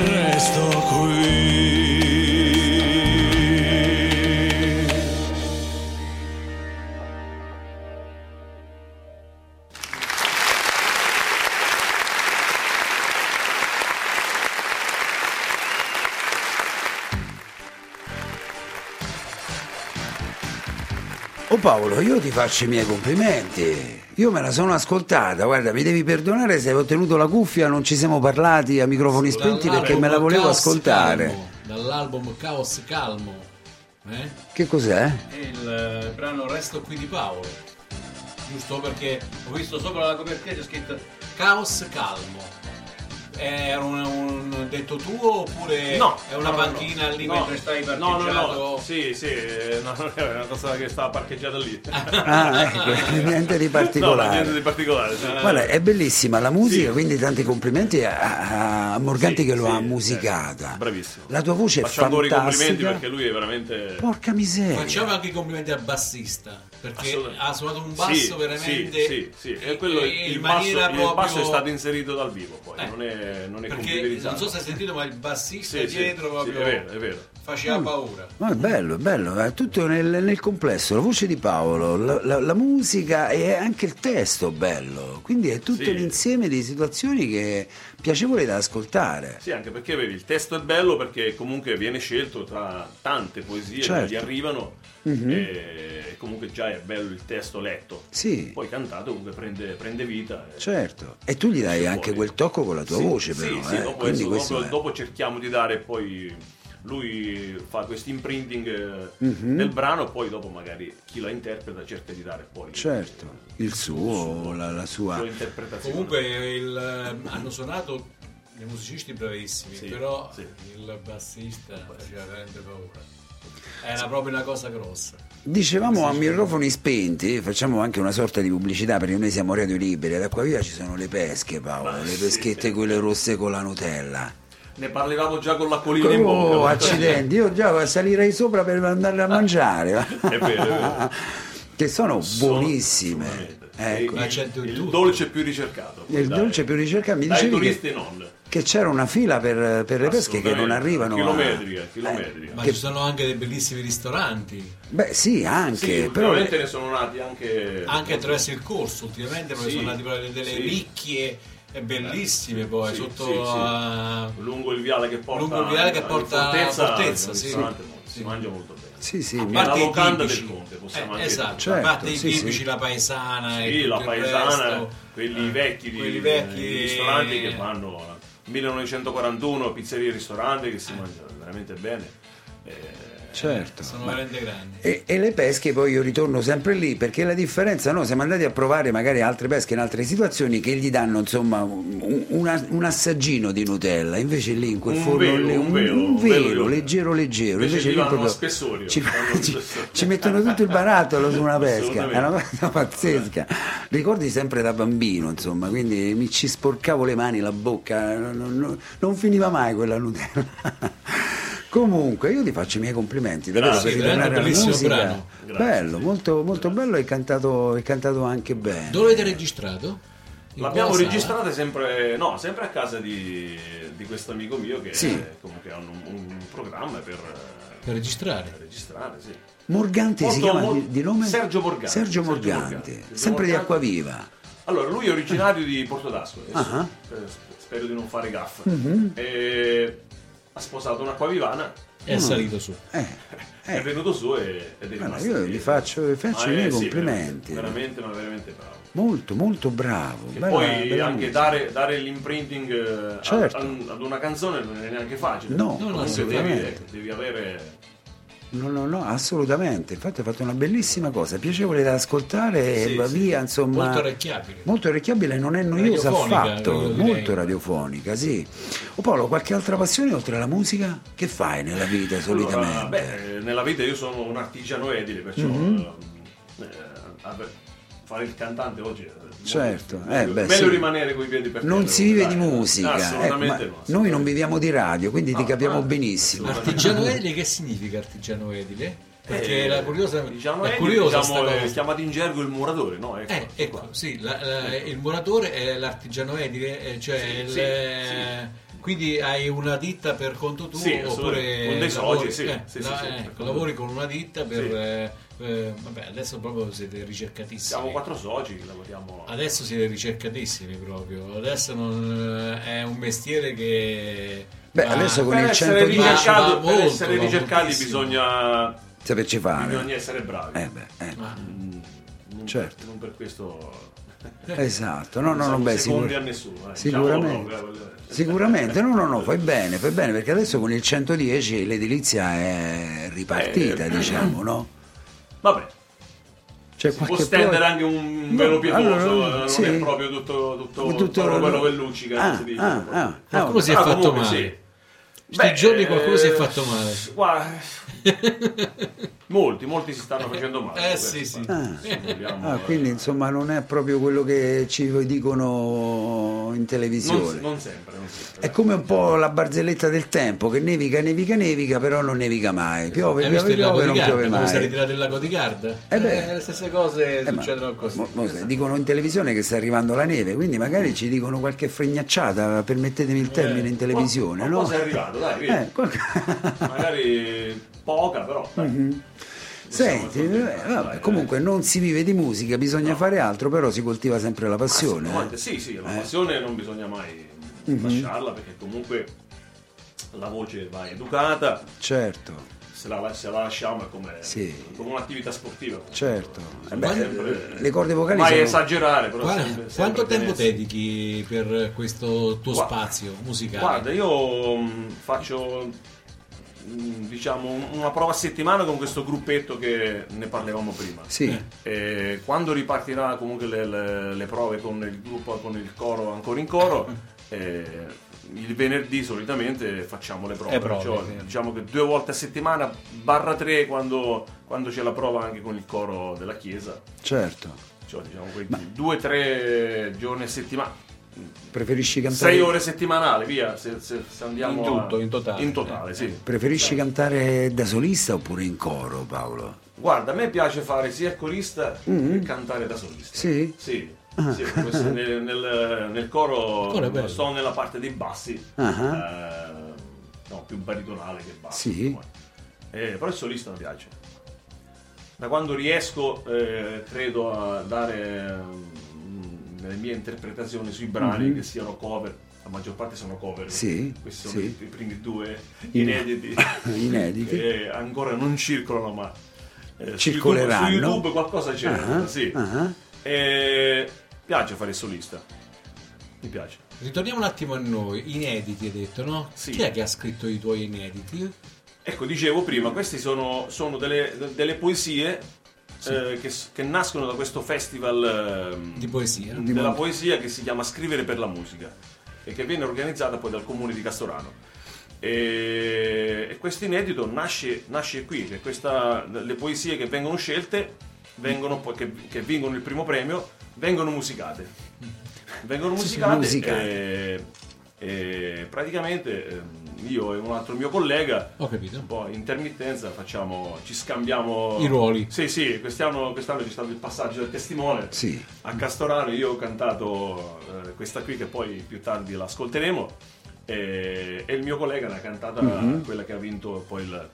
Speaker 5: resto qui.
Speaker 3: Oh Paolo, io ti faccio i miei complimenti. Io me la sono ascoltata, guarda, mi devi perdonare se ho tenuto la cuffia, non ci siamo parlati a microfoni spenti perché me la volevo
Speaker 7: Caos
Speaker 3: ascoltare.
Speaker 7: Calmo, dall'album Caos Calmo. Eh?
Speaker 3: Che cos'è?
Speaker 6: È il eh, brano Resto qui di Paolo. Giusto perché ho visto sopra la copertina c'è scritto Caos Calmo. Eh, Era un, un detto tuo oppure
Speaker 4: No,
Speaker 6: Eh, è una
Speaker 4: no, no,
Speaker 6: panchina
Speaker 4: no.
Speaker 6: lì
Speaker 4: No,
Speaker 6: mentre stai
Speaker 4: No,
Speaker 6: parcheggiato?
Speaker 4: no, no. Sì, sì, eh, no, no, è una cosa che stava parcheggiata lì.
Speaker 3: Ah, ecco, niente di
Speaker 4: No,
Speaker 3: particolare.
Speaker 4: niente di particolare. sì.
Speaker 3: Guarda, è bellissima la musica,
Speaker 4: Sì.
Speaker 3: quindi tanti complimenti a, a Morganti
Speaker 4: Sì,
Speaker 3: che lo
Speaker 4: sì,
Speaker 3: ha musicata.
Speaker 4: eh, bravissimo.
Speaker 3: La tua voce è
Speaker 4: Faccio ancora i complimenti
Speaker 3: fantastica.
Speaker 4: perché lui è veramente.
Speaker 3: Porca
Speaker 7: Facciamo
Speaker 3: miseria.
Speaker 7: anche i complimenti al bassista perché
Speaker 4: Assolutamente.
Speaker 7: ha suonato un basso
Speaker 4: Sì,
Speaker 7: veramente
Speaker 4: sì, sì, sì. E quello,
Speaker 7: in
Speaker 4: il, basso,
Speaker 7: maniera
Speaker 4: il
Speaker 7: proprio-
Speaker 4: basso è stato inserito dal vivo poi
Speaker 7: Eh.
Speaker 4: non è, non è
Speaker 7: perché non
Speaker 4: computerizzato.
Speaker 7: so se hai sentito ma il bassista
Speaker 4: Sì, sì,
Speaker 7: dietro
Speaker 4: sì,
Speaker 7: proprio
Speaker 4: è vero, è vero. Mm.
Speaker 7: faceva paura
Speaker 3: Ma è bello, è bello, è tutto nel, nel complesso, la voce di Paolo, la, la- la musica e anche il testo bello, quindi è tutto
Speaker 4: Sì.
Speaker 3: un insieme di situazioni che è piacevole da ascoltare.
Speaker 4: Sì, anche perché vedi, il testo è bello perché comunque viene scelto tra tante poesie
Speaker 3: Certo. Mhm.
Speaker 4: che gli arrivano e comunque già è bello il testo letto.
Speaker 3: Sì.
Speaker 4: Poi cantato comunque prende, prende vita. eh, e-
Speaker 3: Certo, e tu gli dai
Speaker 4: Ci
Speaker 3: anche
Speaker 4: vuole.
Speaker 3: quel tocco con la tua
Speaker 4: Sì,
Speaker 3: voce
Speaker 4: sì,
Speaker 3: però,
Speaker 4: sì,
Speaker 3: eh,
Speaker 4: dopo,
Speaker 3: quindi
Speaker 4: adesso-
Speaker 3: questo
Speaker 4: dopo-
Speaker 3: è-
Speaker 4: dopo cerchiamo di dare poi lui fa questo imprinting eh,
Speaker 3: Mhm.
Speaker 4: nel brano poi dopo magari chi lo interpreta cerca di dare poi
Speaker 3: certo, il suo, la, la
Speaker 4: la sua
Speaker 3: sua...
Speaker 4: interpretazione
Speaker 7: comunque il, ehm, hanno suonato dei musicisti bravissimi
Speaker 4: Sì,
Speaker 7: però
Speaker 4: sì. Eh,
Speaker 7: il bassista faceva veramente paura era proprio una cosa grossa
Speaker 3: Dicevamo a microfoni spenti, facciamo anche una sorta di pubblicità perché noi siamo Radio Liberi, ad Acquavia ci sono le pesche Paolo, le peschette quelle rosse con la Nutella.
Speaker 4: ne parlavamo già con l'acquolina in bocca
Speaker 3: Oh,
Speaker 4: ma-
Speaker 3: accidenti, io già salirei sopra per andare a mangiare.
Speaker 4: È vero, è vero.
Speaker 3: Che sono
Speaker 4: Sono-
Speaker 3: buonissime.
Speaker 4: sicuramente.
Speaker 3: Ecco.
Speaker 7: Ma
Speaker 4: E
Speaker 7: c'è
Speaker 4: il,
Speaker 7: di
Speaker 4: il
Speaker 7: tutto.
Speaker 4: dolce più ricercato
Speaker 3: Il
Speaker 4: Dai.
Speaker 3: dolce più ricercato mi
Speaker 4: dai
Speaker 3: dicevi
Speaker 4: turisti
Speaker 3: che,
Speaker 4: non
Speaker 3: che c'era una fila per, per le pesche che non
Speaker 4: Assolutamente.
Speaker 3: arrivano. a-
Speaker 4: chilometrica
Speaker 3: Eh,
Speaker 4: chilometrica
Speaker 7: ma ci sono anche dei bellissimi ristoranti
Speaker 3: beh, sì,
Speaker 4: Sì,
Speaker 3: anche. però
Speaker 4: ultimamente ne sono nati anche
Speaker 7: anche attraverso il corso ultimamente poi
Speaker 4: Sì,
Speaker 7: sono nate proprio delle
Speaker 4: sì. Eh,
Speaker 7: ricchie e bellissime poi
Speaker 4: Sì,
Speaker 7: sotto
Speaker 4: sì, sì.
Speaker 7: a-
Speaker 4: lungo il viale che porta
Speaker 7: Lungo il viale che
Speaker 4: alla
Speaker 7: porta
Speaker 4: fortezza,
Speaker 7: Fortezza,
Speaker 4: il
Speaker 7: sì.
Speaker 4: ristorante molto-
Speaker 7: Sì.
Speaker 4: si mangia molto bene
Speaker 3: sì, sì,
Speaker 7: a
Speaker 3: mi-
Speaker 4: parte-
Speaker 7: parte
Speaker 4: la
Speaker 7: i
Speaker 4: locanda
Speaker 7: tipici.
Speaker 4: del Conte, possiamo
Speaker 7: Eh,
Speaker 4: anche
Speaker 7: esatto
Speaker 3: Certo,
Speaker 7: a parte i
Speaker 3: sì,
Speaker 7: tipici
Speaker 3: sì.
Speaker 7: la paesana e
Speaker 4: Sì, la
Speaker 7: tutto il
Speaker 4: paesana,
Speaker 7: resto.
Speaker 4: quelli
Speaker 7: Eh,
Speaker 4: vecchi di
Speaker 7: quelli vecchi eh.
Speaker 4: di ristoranti che fanno alla 1941, pizzeria e ristorante che si mangia veramente bene. Eh,
Speaker 3: certo.
Speaker 7: sono
Speaker 3: ma-
Speaker 7: veramente grandi
Speaker 3: E, e le pesche poi io ritorno sempre lì perché la differenza noi siamo andati a provare magari altre pesche in altre situazioni che gli danno insomma un, un- un assaggino di Nutella invece lì in quel
Speaker 4: Un
Speaker 3: forno
Speaker 4: velo,
Speaker 3: lì,
Speaker 4: un velo,
Speaker 3: un
Speaker 4: un velo di
Speaker 3: velo
Speaker 4: Nutella.
Speaker 3: leggero leggero
Speaker 4: Invece
Speaker 3: invece
Speaker 4: gli
Speaker 3: lì
Speaker 4: danno
Speaker 3: proprio
Speaker 4: a spessori,
Speaker 3: ci,
Speaker 4: fanno
Speaker 3: ci-
Speaker 4: spessori.
Speaker 3: ci mettono tutto il barattolo su una pesca Eh,
Speaker 4: Assolutamente.
Speaker 3: è una cosa pazzesca ricordi sempre da bambino insomma quindi mi ci sporcavo le mani la bocca non, non- non finiva mai quella Nutella Comunque, io ti faccio i miei complimenti davvero
Speaker 4: Grazie,
Speaker 3: per ritornare alla
Speaker 7: veramente bellissimo
Speaker 3: musica.
Speaker 7: brano.
Speaker 4: eh, Grazie,
Speaker 3: bello,
Speaker 4: sì.
Speaker 3: molto, molto bello e cantato, e cantato anche bene.
Speaker 7: dove l'avete registrato? In
Speaker 4: L'abbiamo
Speaker 7: quale sala?
Speaker 4: registrata sempre, no, sempre a casa di, di questo amico mio che
Speaker 3: Sì.
Speaker 4: eh, comunque ha un, un programma per, eh,
Speaker 7: per registrare
Speaker 4: registrare. Sì.
Speaker 3: Morganti si
Speaker 4: Molto-
Speaker 3: chiama
Speaker 4: mol-
Speaker 3: di- di nome?
Speaker 4: Sergio Morganti.
Speaker 3: Sergio
Speaker 4: Sergio
Speaker 3: Morganti,
Speaker 4: Morganti. Sergio
Speaker 3: sempre di
Speaker 4: Morganti.
Speaker 3: Acquaviva.
Speaker 4: Allora, lui è originario di Porto d'Ascoli, adesso
Speaker 3: Ah.
Speaker 4: sper- spero di non fare gaffe. E ha sposato un'acquavivana,
Speaker 7: è salito su
Speaker 3: Eh,
Speaker 4: è
Speaker 3: eh,
Speaker 4: venuto su e, ed è
Speaker 3: Guarda,
Speaker 4: rimasto
Speaker 3: io
Speaker 4: lì.
Speaker 3: gli faccio- gli faccio
Speaker 4: Ma
Speaker 3: i miei
Speaker 4: eh, sì,
Speaker 3: complimenti.
Speaker 4: Veramente, veramente, ma veramente bravo.
Speaker 3: molto, molto bravo.
Speaker 4: E
Speaker 3: bella-
Speaker 4: poi
Speaker 3: bella
Speaker 4: anche
Speaker 3: musica.
Speaker 4: dare, dare l'imprinting eh, a-
Speaker 3: Certo.
Speaker 4: a- ad una canzone non è neanche facile.
Speaker 3: No,
Speaker 4: Comunque
Speaker 7: no,
Speaker 4: devi,
Speaker 3: assolutamente.
Speaker 4: devi avere...
Speaker 3: No, no, no, assolutamente. Infatti, ha fatto una bellissima cosa, piacevole da ascoltare e
Speaker 4: Sì,
Speaker 3: va
Speaker 4: sì.
Speaker 3: via, insomma.
Speaker 7: molto orecchiabile
Speaker 3: Molto orecchiabile, non è noiosa
Speaker 7: Radiofonica,
Speaker 3: affatto,
Speaker 7: io direi.
Speaker 3: molto radiofonica, sì. O Paolo, qualche altra passione oltre alla musica? Che fai nella vita solitamente?
Speaker 4: Allora, beh, nella vita io sono un artigiano edile, perciò
Speaker 3: Mhm.
Speaker 4: eh, vabbè, fare il cantante oggi è molto-
Speaker 3: Certo, eh,
Speaker 4: meglio,
Speaker 3: beh,
Speaker 4: meglio
Speaker 3: sì.
Speaker 4: rimanere coi piedi per terra.
Speaker 3: non si vive di
Speaker 4: dai.
Speaker 3: musica,
Speaker 4: Assolutamente
Speaker 3: eh, ma
Speaker 4: no.
Speaker 3: noi non viviamo di radio, quindi ti
Speaker 4: No,
Speaker 3: capiamo
Speaker 4: no,
Speaker 3: benissimo.
Speaker 4: assolutamente.
Speaker 7: artigiano edile che significa artigiano edile? perché
Speaker 4: Eh,
Speaker 7: la curiosa
Speaker 4: diciamo,
Speaker 7: è
Speaker 4: edile,
Speaker 7: curiosa
Speaker 4: diciamo,
Speaker 7: sta
Speaker 4: eh,
Speaker 7: cosa.
Speaker 4: chiamato in gergo il muratore, no? Ecco,
Speaker 7: Eh, ecco,
Speaker 4: qua.
Speaker 7: sì, la- la- il muratore è l'artigiano edile, eh, cioè
Speaker 4: Sì,
Speaker 7: il,
Speaker 4: sì,
Speaker 7: eh,
Speaker 6: Quindi hai una ditta per conto tuo?
Speaker 4: Sì,
Speaker 6: oppure
Speaker 4: assolutamente. Con dei
Speaker 6: lavori-
Speaker 4: soci, sì,
Speaker 6: eh,
Speaker 4: sì, sì,
Speaker 6: la-
Speaker 4: sì,
Speaker 6: ecco,
Speaker 4: per conto
Speaker 6: lavori
Speaker 4: tuo.
Speaker 6: con una ditta per...
Speaker 4: Sì.
Speaker 6: eh, eh, vabbè, adesso proprio siete ricercatissimi.
Speaker 4: Siamo quattro soci che lavoriamo.
Speaker 6: Adesso siete ricercatissimi proprio. Adesso non, eh, è un mestiere che...
Speaker 3: Beh,
Speaker 6: va- Eh,
Speaker 3: adesso con
Speaker 4: per
Speaker 3: il
Speaker 4: essere
Speaker 3: 110
Speaker 4: ricercati,
Speaker 6: Ma molto,
Speaker 4: per essere
Speaker 6: ma
Speaker 4: ricercati
Speaker 6: moltissimo.
Speaker 4: bisogna,
Speaker 3: Saperci fare.
Speaker 4: bisogna essere bravi.
Speaker 3: Eh beh, eh.
Speaker 6: Ma-
Speaker 4: Non-
Speaker 3: certo.
Speaker 4: Non per questo.
Speaker 3: Esatto, no, no, no,
Speaker 4: non
Speaker 3: beh,
Speaker 4: Ah, eh. secondi
Speaker 3: sicur-
Speaker 4: a nessuno. eh.
Speaker 3: Sicuramente.
Speaker 4: Diciamo, proprio, eh.
Speaker 3: Sicuramente, no, no, no, fai bene, fai bene, perché adesso con il 110 l'edilizia è ripartita,
Speaker 4: Eh,
Speaker 3: diciamo, no?
Speaker 4: Vabbè,
Speaker 3: C'è
Speaker 4: può
Speaker 3: qualche
Speaker 4: stendere
Speaker 3: pro-
Speaker 4: anche un
Speaker 3: No,
Speaker 4: velo pietoso, eh,
Speaker 3: allora,
Speaker 4: non
Speaker 3: sì.
Speaker 4: è proprio tutto, tutto,
Speaker 3: Tutto-
Speaker 4: proprio quello che luccica.
Speaker 3: Ah,
Speaker 4: si dice.
Speaker 3: ah, ah, ah,
Speaker 6: Qualcuno si è
Speaker 4: Però
Speaker 6: fatto
Speaker 4: comunque
Speaker 6: male.
Speaker 4: sì.
Speaker 6: Sti giorni qualcuno si è
Speaker 4: eh,
Speaker 6: fatto male.
Speaker 4: guarda, molti, molti si stanno facendo male.
Speaker 6: Eh,
Speaker 4: questo
Speaker 6: sì, sì.
Speaker 4: qua.
Speaker 3: Ah.
Speaker 4: Se vogliamo,
Speaker 3: Ah,
Speaker 4: eh,
Speaker 3: quindi insomma non è proprio quello che ci dicono in
Speaker 4: non,
Speaker 3: televisione.
Speaker 4: non sempre, non sempre.
Speaker 3: È come un po' la barzelletta del tempo che nevica, nevica, nevica, però non nevica mai. Piove,
Speaker 6: Hai visto il
Speaker 3: piove,
Speaker 6: lago di
Speaker 3: piove, non
Speaker 6: Garda?
Speaker 3: piove
Speaker 6: Come si è
Speaker 3: mai.
Speaker 6: ritirato il lago di Garda?
Speaker 3: Eh beh.
Speaker 6: le stesse cose
Speaker 3: Eh, ma-
Speaker 6: succedono così.
Speaker 3: mo- mo
Speaker 4: Esatto.
Speaker 3: sai, dicono in televisione che sta arrivando la neve, quindi magari ci dicono qualche fregnacciata, permettetemi il termine in televisione, no?
Speaker 4: Qualcosa Eh, è arrivato, dai, vedi.
Speaker 3: Eh, Mm. qualche-
Speaker 4: magari poca, però. dai.
Speaker 3: Senti,
Speaker 4: Possiamo
Speaker 3: eh,
Speaker 4: accontentare,
Speaker 3: vabbè,
Speaker 4: eh.
Speaker 3: comunque non si vive di musica, bisogna fare altro, però si coltiva sempre la passione.
Speaker 4: Assolutamente,
Speaker 3: eh.
Speaker 4: Ah,
Speaker 3: Mhm.
Speaker 4: Sì, sì, la passione non bisogna mai lasciarla perché comunque la voce va educata,
Speaker 3: Certo,
Speaker 4: se la, se la lasciamo è come,
Speaker 3: Sì.
Speaker 4: come un'attività sportiva.
Speaker 3: certo. Eh
Speaker 4: Bisogna
Speaker 3: beh,
Speaker 4: sempre-
Speaker 3: le corde vocali
Speaker 4: Mai
Speaker 3: sono-
Speaker 4: esagerare, però.
Speaker 6: Guarda,
Speaker 4: sempre- sempre
Speaker 6: quanto tempo
Speaker 4: tenersi.
Speaker 6: dedichi per questo tuo
Speaker 4: Guarda-
Speaker 6: spazio musicale?
Speaker 4: Guarda, io mh, faccio mh, diciamo un- una prova a settimana con questo gruppetto che ne parlavamo prima.
Speaker 3: Sì,
Speaker 4: E Eh, quando ripartirà comunque le, le- le prove con il gruppo, con il coro ancora in coro, eh, il venerdì solitamente facciamo le prove.
Speaker 6: Eh, prove,
Speaker 4: perciò,
Speaker 6: sì.
Speaker 4: diciamo che due volte a settimana, barra tre quando, quando c'è la prova anche con il coro della chiesa.
Speaker 3: certo.
Speaker 4: Cioè, diciamo quei due o tre giorni a settimana.
Speaker 3: Preferisci cantare,
Speaker 4: Sei ore settimanali, via, se, se- se andiamo
Speaker 6: In tutto,
Speaker 4: a-
Speaker 6: in totale. eh.
Speaker 4: In totale, sì.
Speaker 3: preferisci cantare da solista oppure in coro, Paolo?
Speaker 4: Guarda, a me piace fare sia corista che cantare da solista.
Speaker 3: Mm-hmm. Sì? Ah.
Speaker 4: Sì. sì, questo nel, nel- nel coro
Speaker 6: coro è bello.
Speaker 4: sto nella parte dei bassi,
Speaker 3: Ah.
Speaker 4: eh, no, più baritonale che basso.
Speaker 3: Sì.
Speaker 4: insomma. Eh, però il solista mi piace. Da quando riesco, eh, credo, a dare mm, le mie interpretazioni sui brani che siano cover, la maggior parte sono cover.
Speaker 3: Mm-hmm. Sì,
Speaker 4: Questi
Speaker 3: sì.
Speaker 4: sono i, i primi due
Speaker 3: In-
Speaker 4: inediti
Speaker 3: Inediti.
Speaker 4: che ancora non circolano, ma eh, su
Speaker 3: Circoleranno.
Speaker 4: YouTube- Su YouTube qualcosa c'è,
Speaker 3: Ah,
Speaker 4: sì.
Speaker 3: ah.
Speaker 4: E piace fare il solista. Mi piace.
Speaker 6: Ritorniamo un attimo a noi, inediti hai detto, no?
Speaker 4: Sì.
Speaker 6: Chi è che ha scritto i tuoi inediti?
Speaker 4: Ecco, dicevo prima, queste sono, sono delle, de- delle poesie eh, che, s- che nascono da questo festival ehm,
Speaker 6: Di poesia.
Speaker 4: della poesia che si chiama Scrivere per la musica e che viene organizzata poi dal comune di Castorano. E, e questo inedito nasce, nasce qui, che questa- le poesie che vengono scelte, vengono poi- che, che vincono il primo premio, vengono musicate.
Speaker 6: Mm.
Speaker 4: Vengono musicate, eh,
Speaker 3: musicate.
Speaker 4: E, e praticamente ehm, io e un altro mio collega
Speaker 6: Ho capito.
Speaker 4: poi in intermittenza facciamo, ci scambiamo
Speaker 6: I ruoli.
Speaker 4: Sì, sì, quest'anno, quest'anno c'è stato il passaggio del testimone.
Speaker 3: Sì.
Speaker 4: A Castorano io ho cantato eh, questa qui che poi più tardi l'ascolteremo e, e il mio collega ne ha cantata quella che ha vinto poi il,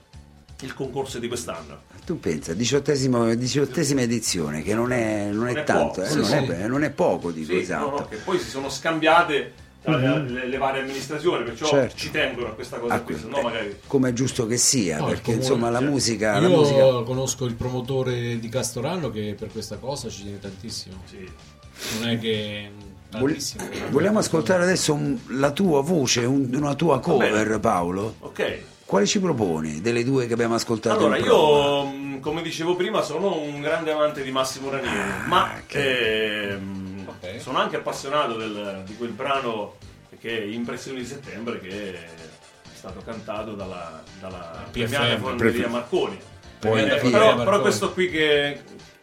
Speaker 4: il concorso di quest'anno.
Speaker 3: Tu pensa, diciottesimo- diciottesima edizione, che non è, non è
Speaker 4: Non è
Speaker 3: tanto,
Speaker 4: poco,
Speaker 3: eh,
Speaker 4: sì,
Speaker 3: non,
Speaker 6: sì.
Speaker 3: È, be- non è poco, dico
Speaker 4: Sì,
Speaker 3: esatto.
Speaker 4: no, no, che poi si sono scambiate tra le- le, le varie amministrazioni, perciò
Speaker 3: Certo.
Speaker 4: ci tengono a questa cosa
Speaker 3: Ah,
Speaker 4: qui, se
Speaker 3: quindi,
Speaker 4: no magari...
Speaker 3: Come è giusto che sia,
Speaker 6: No, il
Speaker 3: perché
Speaker 6: comune,
Speaker 3: insomma la
Speaker 4: cioè,
Speaker 3: musica...
Speaker 6: Io
Speaker 3: Ah, la musica...
Speaker 6: conosco il promotore di Castorano che per questa cosa ci tiene tantissimo.
Speaker 4: Sì.
Speaker 6: Non è che... tantissimo.
Speaker 3: Vogliamo ascoltare adesso un- la tua voce, un- una tua cover,
Speaker 4: bene.
Speaker 3: Paolo?
Speaker 4: Ok,
Speaker 3: Quale ci proponi delle due che abbiamo ascoltato?
Speaker 4: Allora,
Speaker 3: in prova?
Speaker 4: io, mh, come dicevo prima, sono un grande amante di Massimo Ranieri, ma ehm,
Speaker 6: Ok.
Speaker 4: sono anche appassionato del- di quel brano che è Impressioni di settembre, che è stato cantato dalla, dalla
Speaker 6: PFM.
Speaker 4: premiata Forneria Marconi.
Speaker 6: Poi-
Speaker 4: Eh,
Speaker 6: Premiata
Speaker 4: però,
Speaker 6: Forneria
Speaker 4: però
Speaker 6: Marconi.
Speaker 4: questo qui che,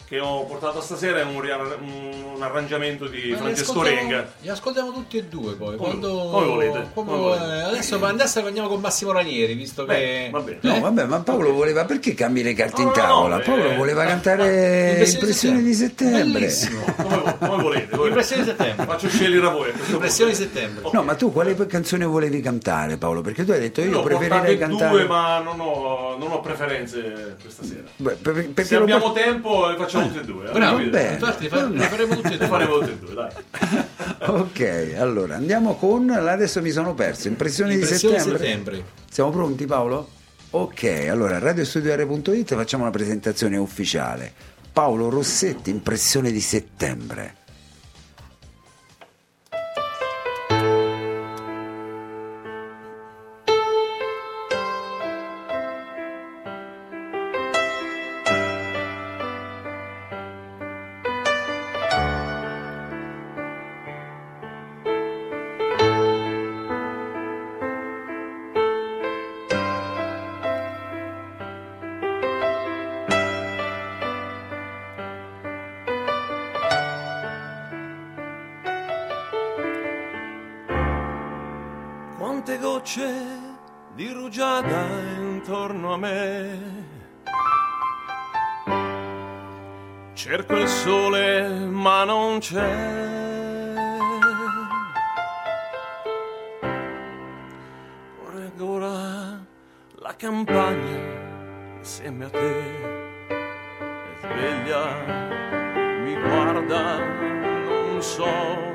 Speaker 8: che ho portato stasera è un, riar- un arrangiamento di
Speaker 7: Ma li
Speaker 8: Francesco
Speaker 7: ascoltiamo-
Speaker 8: Renga.
Speaker 7: Li ascoltiamo tutti e due
Speaker 8: Come-
Speaker 7: poi. quando-
Speaker 8: come volete,
Speaker 7: come
Speaker 8: come
Speaker 7: vuole-
Speaker 8: volete.
Speaker 7: Adesso ma adesso andiamo con Massimo Ranieri, visto
Speaker 8: Beh,
Speaker 7: che...
Speaker 8: va bene.
Speaker 7: Eh?
Speaker 3: No, vabbè, ma Paolo voleva. Perché cambi le carte in
Speaker 8: No, no, no,
Speaker 3: tavola?
Speaker 8: eh,
Speaker 3: Paolo voleva cantare
Speaker 7: Impressioni
Speaker 3: Impressioni di settembre.
Speaker 7: Bellissimo.
Speaker 8: Come, vo- come volete? voi-
Speaker 7: Impressioni di settembre.
Speaker 8: Faccio scegliere a voi. a questo
Speaker 7: Impressioni di
Speaker 8: punto.
Speaker 7: settembre.
Speaker 3: No, ma tu quale canzone volevi cantare, Paolo? Perché tu hai detto
Speaker 8: Io
Speaker 3: io
Speaker 8: ho portate
Speaker 3: preferirei cantare.
Speaker 8: due, ma non ho, non ho preferenze questa sera.
Speaker 3: Beh, per- perché
Speaker 8: Se
Speaker 3: lo
Speaker 8: abbiamo
Speaker 3: por-
Speaker 8: tempo, le facciamo tutte e due. eh,
Speaker 7: Bravo,
Speaker 8: capite?
Speaker 3: bene.
Speaker 7: infatti li fa- li faremo tutti e
Speaker 8: Le
Speaker 7: due.
Speaker 8: faremo tutte e due, dai.
Speaker 3: Ok, allora andiamo con. Adesso mi sono perso. Impressioni,
Speaker 7: Impressioni
Speaker 3: di
Speaker 7: di
Speaker 3: settembre.
Speaker 7: settembre.
Speaker 3: Siamo pronti, Paolo? Ok, allora radiostudio.it facciamo una presentazione ufficiale. Paolo Rossetti, impressione di settembre.
Speaker 4: Quante gocce di rugiada intorno a me. Cerco il sole ma non c'è. Vorrei ancora la campagna insieme a te. E sveglia, mi guarda, non so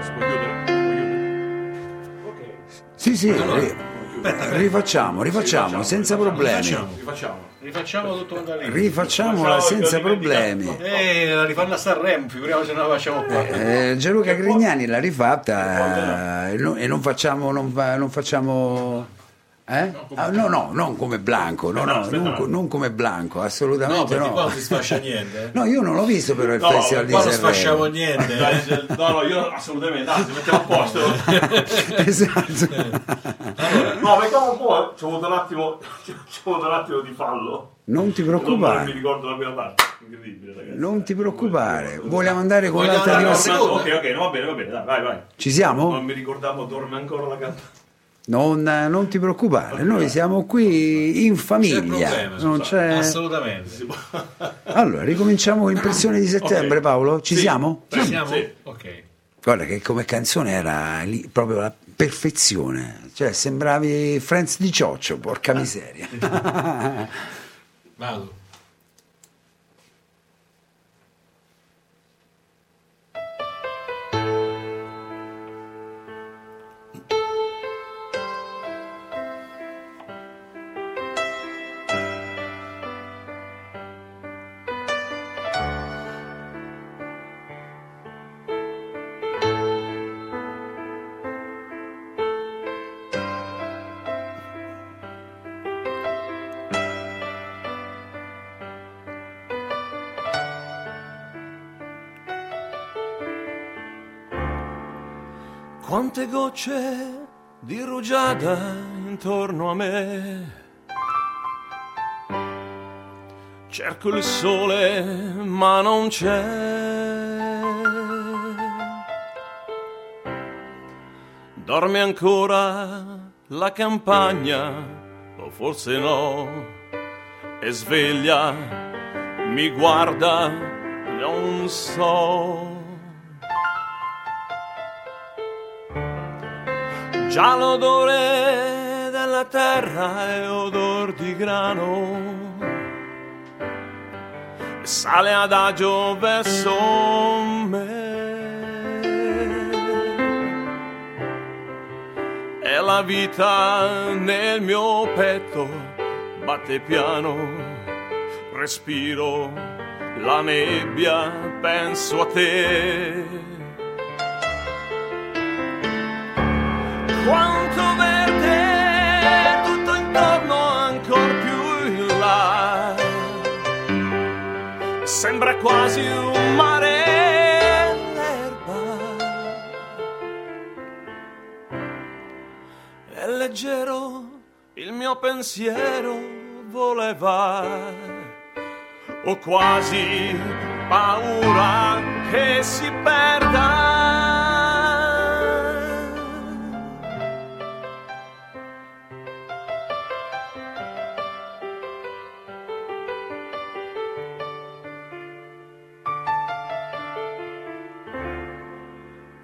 Speaker 4: Si può chiudere? Si può chiudere?
Speaker 3: Sì, sì, ri- rifacciamo, rifacciamo, senza problemi.
Speaker 8: Rifacciamo.
Speaker 7: Rifacciamo tutto quanto lì.
Speaker 3: Rifacciamola
Speaker 8: Facciamo il
Speaker 3: senza
Speaker 8: gol di
Speaker 3: problemi.
Speaker 7: Eh, la rifanno a Sanremo, figuriamoci se non la facciamo qua.
Speaker 3: Eh, Gianluca Grignani l'ha rifatta eh, e non- e non facciamo. Non, fa- non facciamo eh? Ah, no, no, non come Blanco, no, no,
Speaker 8: aspetta,
Speaker 3: non,
Speaker 8: no.
Speaker 3: co- non come Blanco,
Speaker 7: No,
Speaker 3: assolutamente
Speaker 7: perché qua
Speaker 3: no.
Speaker 7: non si sfascia niente. eh.
Speaker 3: No, io non l'ho visto però il
Speaker 8: No,
Speaker 3: Festival di
Speaker 7: Qua non sfasciamo
Speaker 3: Sanremo.
Speaker 7: niente.
Speaker 8: Dai,
Speaker 7: eh.
Speaker 8: se- no, no, io assolutamente, anzi, mettiamo a posto.
Speaker 3: Esatto.
Speaker 7: Eh.
Speaker 8: No, mettiamo un po', eh. ci ho avuto un attimo, ci ho avuto un attimo di fallo.
Speaker 3: Non ti
Speaker 8: Non mi
Speaker 3: preoccupare,
Speaker 8: ricordo la prima parte, incredibile, ragazzi.
Speaker 3: non ti preoccupare. Vogliamo andare con
Speaker 7: Vogliamo
Speaker 3: l'altra
Speaker 7: andare
Speaker 3: di
Speaker 7: con la
Speaker 8: No,
Speaker 7: seconda?
Speaker 8: ok, ok, no, va bene, va bene, dai, vai, vai.
Speaker 3: Ci siamo?
Speaker 8: Non mi ricordavo, dorme ancora la campana.
Speaker 3: Non, non ti preoccupare, noi siamo qui in
Speaker 7: C'è
Speaker 3: famiglia.
Speaker 7: il problema,
Speaker 3: non
Speaker 7: scusate.
Speaker 3: c'è-
Speaker 7: assolutamente.
Speaker 3: Allora, ricominciamo con impressione di settembre,
Speaker 8: Ok.
Speaker 3: Paolo. Ci
Speaker 8: Sì.
Speaker 3: siamo?
Speaker 7: Ci siamo?
Speaker 8: Sì.
Speaker 7: Ok.
Speaker 3: Guarda che come canzone era lì, proprio la perfezione. Cioè, sembravi Franz di Cioccio, porca miseria.
Speaker 7: Vado.
Speaker 4: Quante gocce di rugiada intorno a me. Cerco il sole ma non c'è. Dorme ancora la campagna, o forse no, e sveglia, mi guarda, non so. Già l'odore della terra è odor di grano. e Sale adagio verso me. E la vita nel mio petto batte piano. Respiro la nebbia, penso a te. quanto verde tutto intorno ancora più in là sembra quasi un mare l'erba è leggero il mio pensiero voleva. Ho quasi paura che si perda.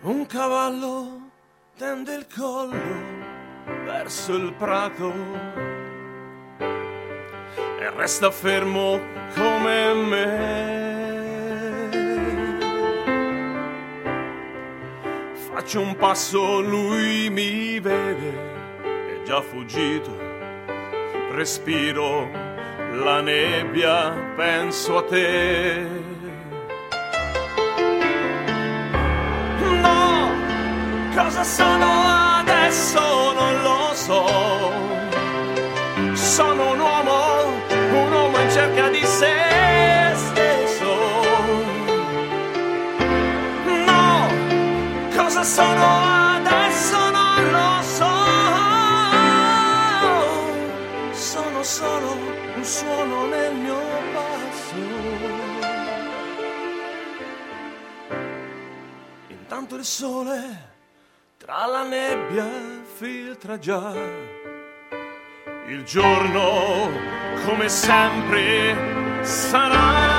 Speaker 4: Un cavallo tende il collo verso il prato e resta fermo come me. Faccio un passo, lui mi vede, è già fuggito. Respiro la nebbia, penso a te. No, cosa sono adesso non lo so. Sono un uomo, un uomo in cerca di se stesso. No, cosa sono adesso non lo so. Sono solo un suono nel mio passo. Intanto il sole tra la nebbia filtra già. Il giorno, come sempre, sarà.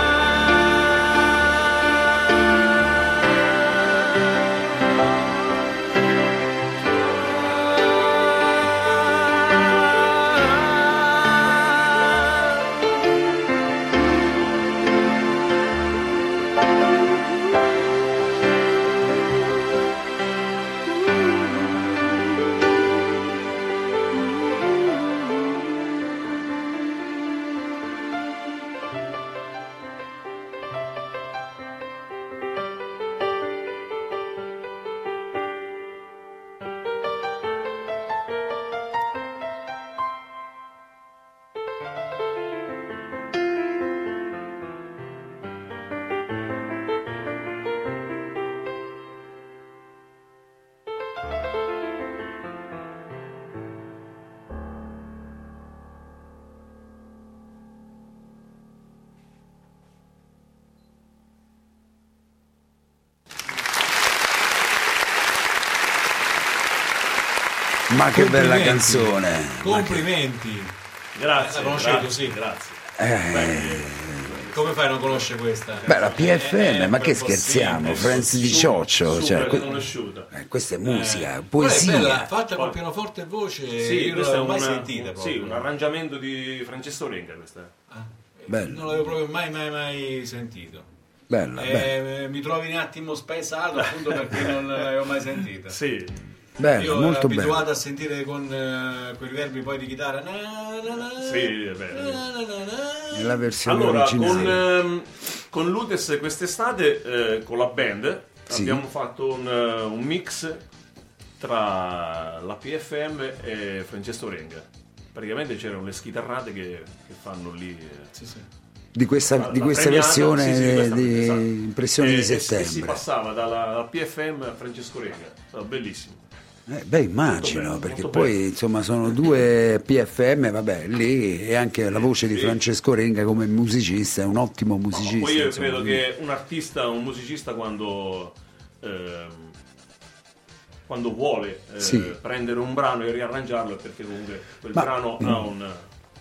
Speaker 3: Ma che bella
Speaker 7: Complimenti.
Speaker 3: canzone!
Speaker 7: Complimenti.
Speaker 4: Grazie,
Speaker 7: La conoscevi così?
Speaker 4: grazie.
Speaker 7: Come fai a non conoscere questa?
Speaker 3: Beh, la PFM,
Speaker 7: Eh,
Speaker 3: ma che
Speaker 7: per possibile.
Speaker 3: scherziamo? Friends di
Speaker 4: Su-
Speaker 3: Cioccio,
Speaker 4: super
Speaker 3: cioè, que-
Speaker 4: riconosciuta.
Speaker 3: eh, questa è musica,
Speaker 7: Quella è bella,
Speaker 3: poesia.
Speaker 7: fatta
Speaker 4: Poi-
Speaker 7: con pianoforte e voce,
Speaker 4: Sì,
Speaker 7: io non
Speaker 4: questa è
Speaker 7: l'avevo mai
Speaker 4: una-
Speaker 7: sentita
Speaker 4: un-
Speaker 7: proprio. Ah,
Speaker 4: Sì, un arrangiamento di Francesco Renga questa.
Speaker 3: Bello,
Speaker 7: eh, Non l'avevo proprio mai mai mai sentito.
Speaker 3: bella,
Speaker 7: Eh,
Speaker 3: bella,
Speaker 7: mi trovi un attimo spesato appunto perché non l'avevo mai sentita.
Speaker 4: Sì.
Speaker 3: bella,
Speaker 7: Io ero
Speaker 3: Eh, molto
Speaker 7: abituato
Speaker 3: bella.
Speaker 7: a sentire con eh, quei verbi poi di chitarra. Na, na, na,
Speaker 4: Sì, è bello.
Speaker 7: na, na, na, na.
Speaker 3: Nella versione
Speaker 4: Allora, con,
Speaker 3: originale.
Speaker 4: ehm, con l'Utes quest'estate, eh, con la band,
Speaker 3: Sì.
Speaker 4: abbiamo fatto un, eh, un mix tra la PFM e Francesco Renga. Praticamente c'erano le schitarrate che, che fanno lì. eh,
Speaker 7: Sì, sì.
Speaker 3: Di questa,
Speaker 4: la-
Speaker 3: di
Speaker 4: la
Speaker 3: questa
Speaker 4: premiata,
Speaker 3: versione
Speaker 4: eh, sì, sì, questa-
Speaker 3: di
Speaker 4: esatto.
Speaker 3: Impressioni
Speaker 4: E-
Speaker 3: di
Speaker 4: e si- E si
Speaker 3: settembre.
Speaker 4: passava dalla, dalla PFM a Francesco Renga. È stato bellissimo.
Speaker 3: Eh, beh, immagino,
Speaker 4: Molto bello,
Speaker 3: perché
Speaker 4: molto
Speaker 3: poi
Speaker 4: bello.
Speaker 3: insomma sono due PFM, vabbè, lì e anche la voce di Francesco Renga come musicista, è un ottimo musicista.
Speaker 4: Poi io
Speaker 3: insomma,
Speaker 4: credo
Speaker 3: quindi-
Speaker 4: che un artista, un musicista, quando, ehm, quando vuole eh,
Speaker 3: Sì.
Speaker 4: prendere un brano e riarrangiarlo, è perché comunque quel
Speaker 3: Ma- mm.
Speaker 4: brano ha un.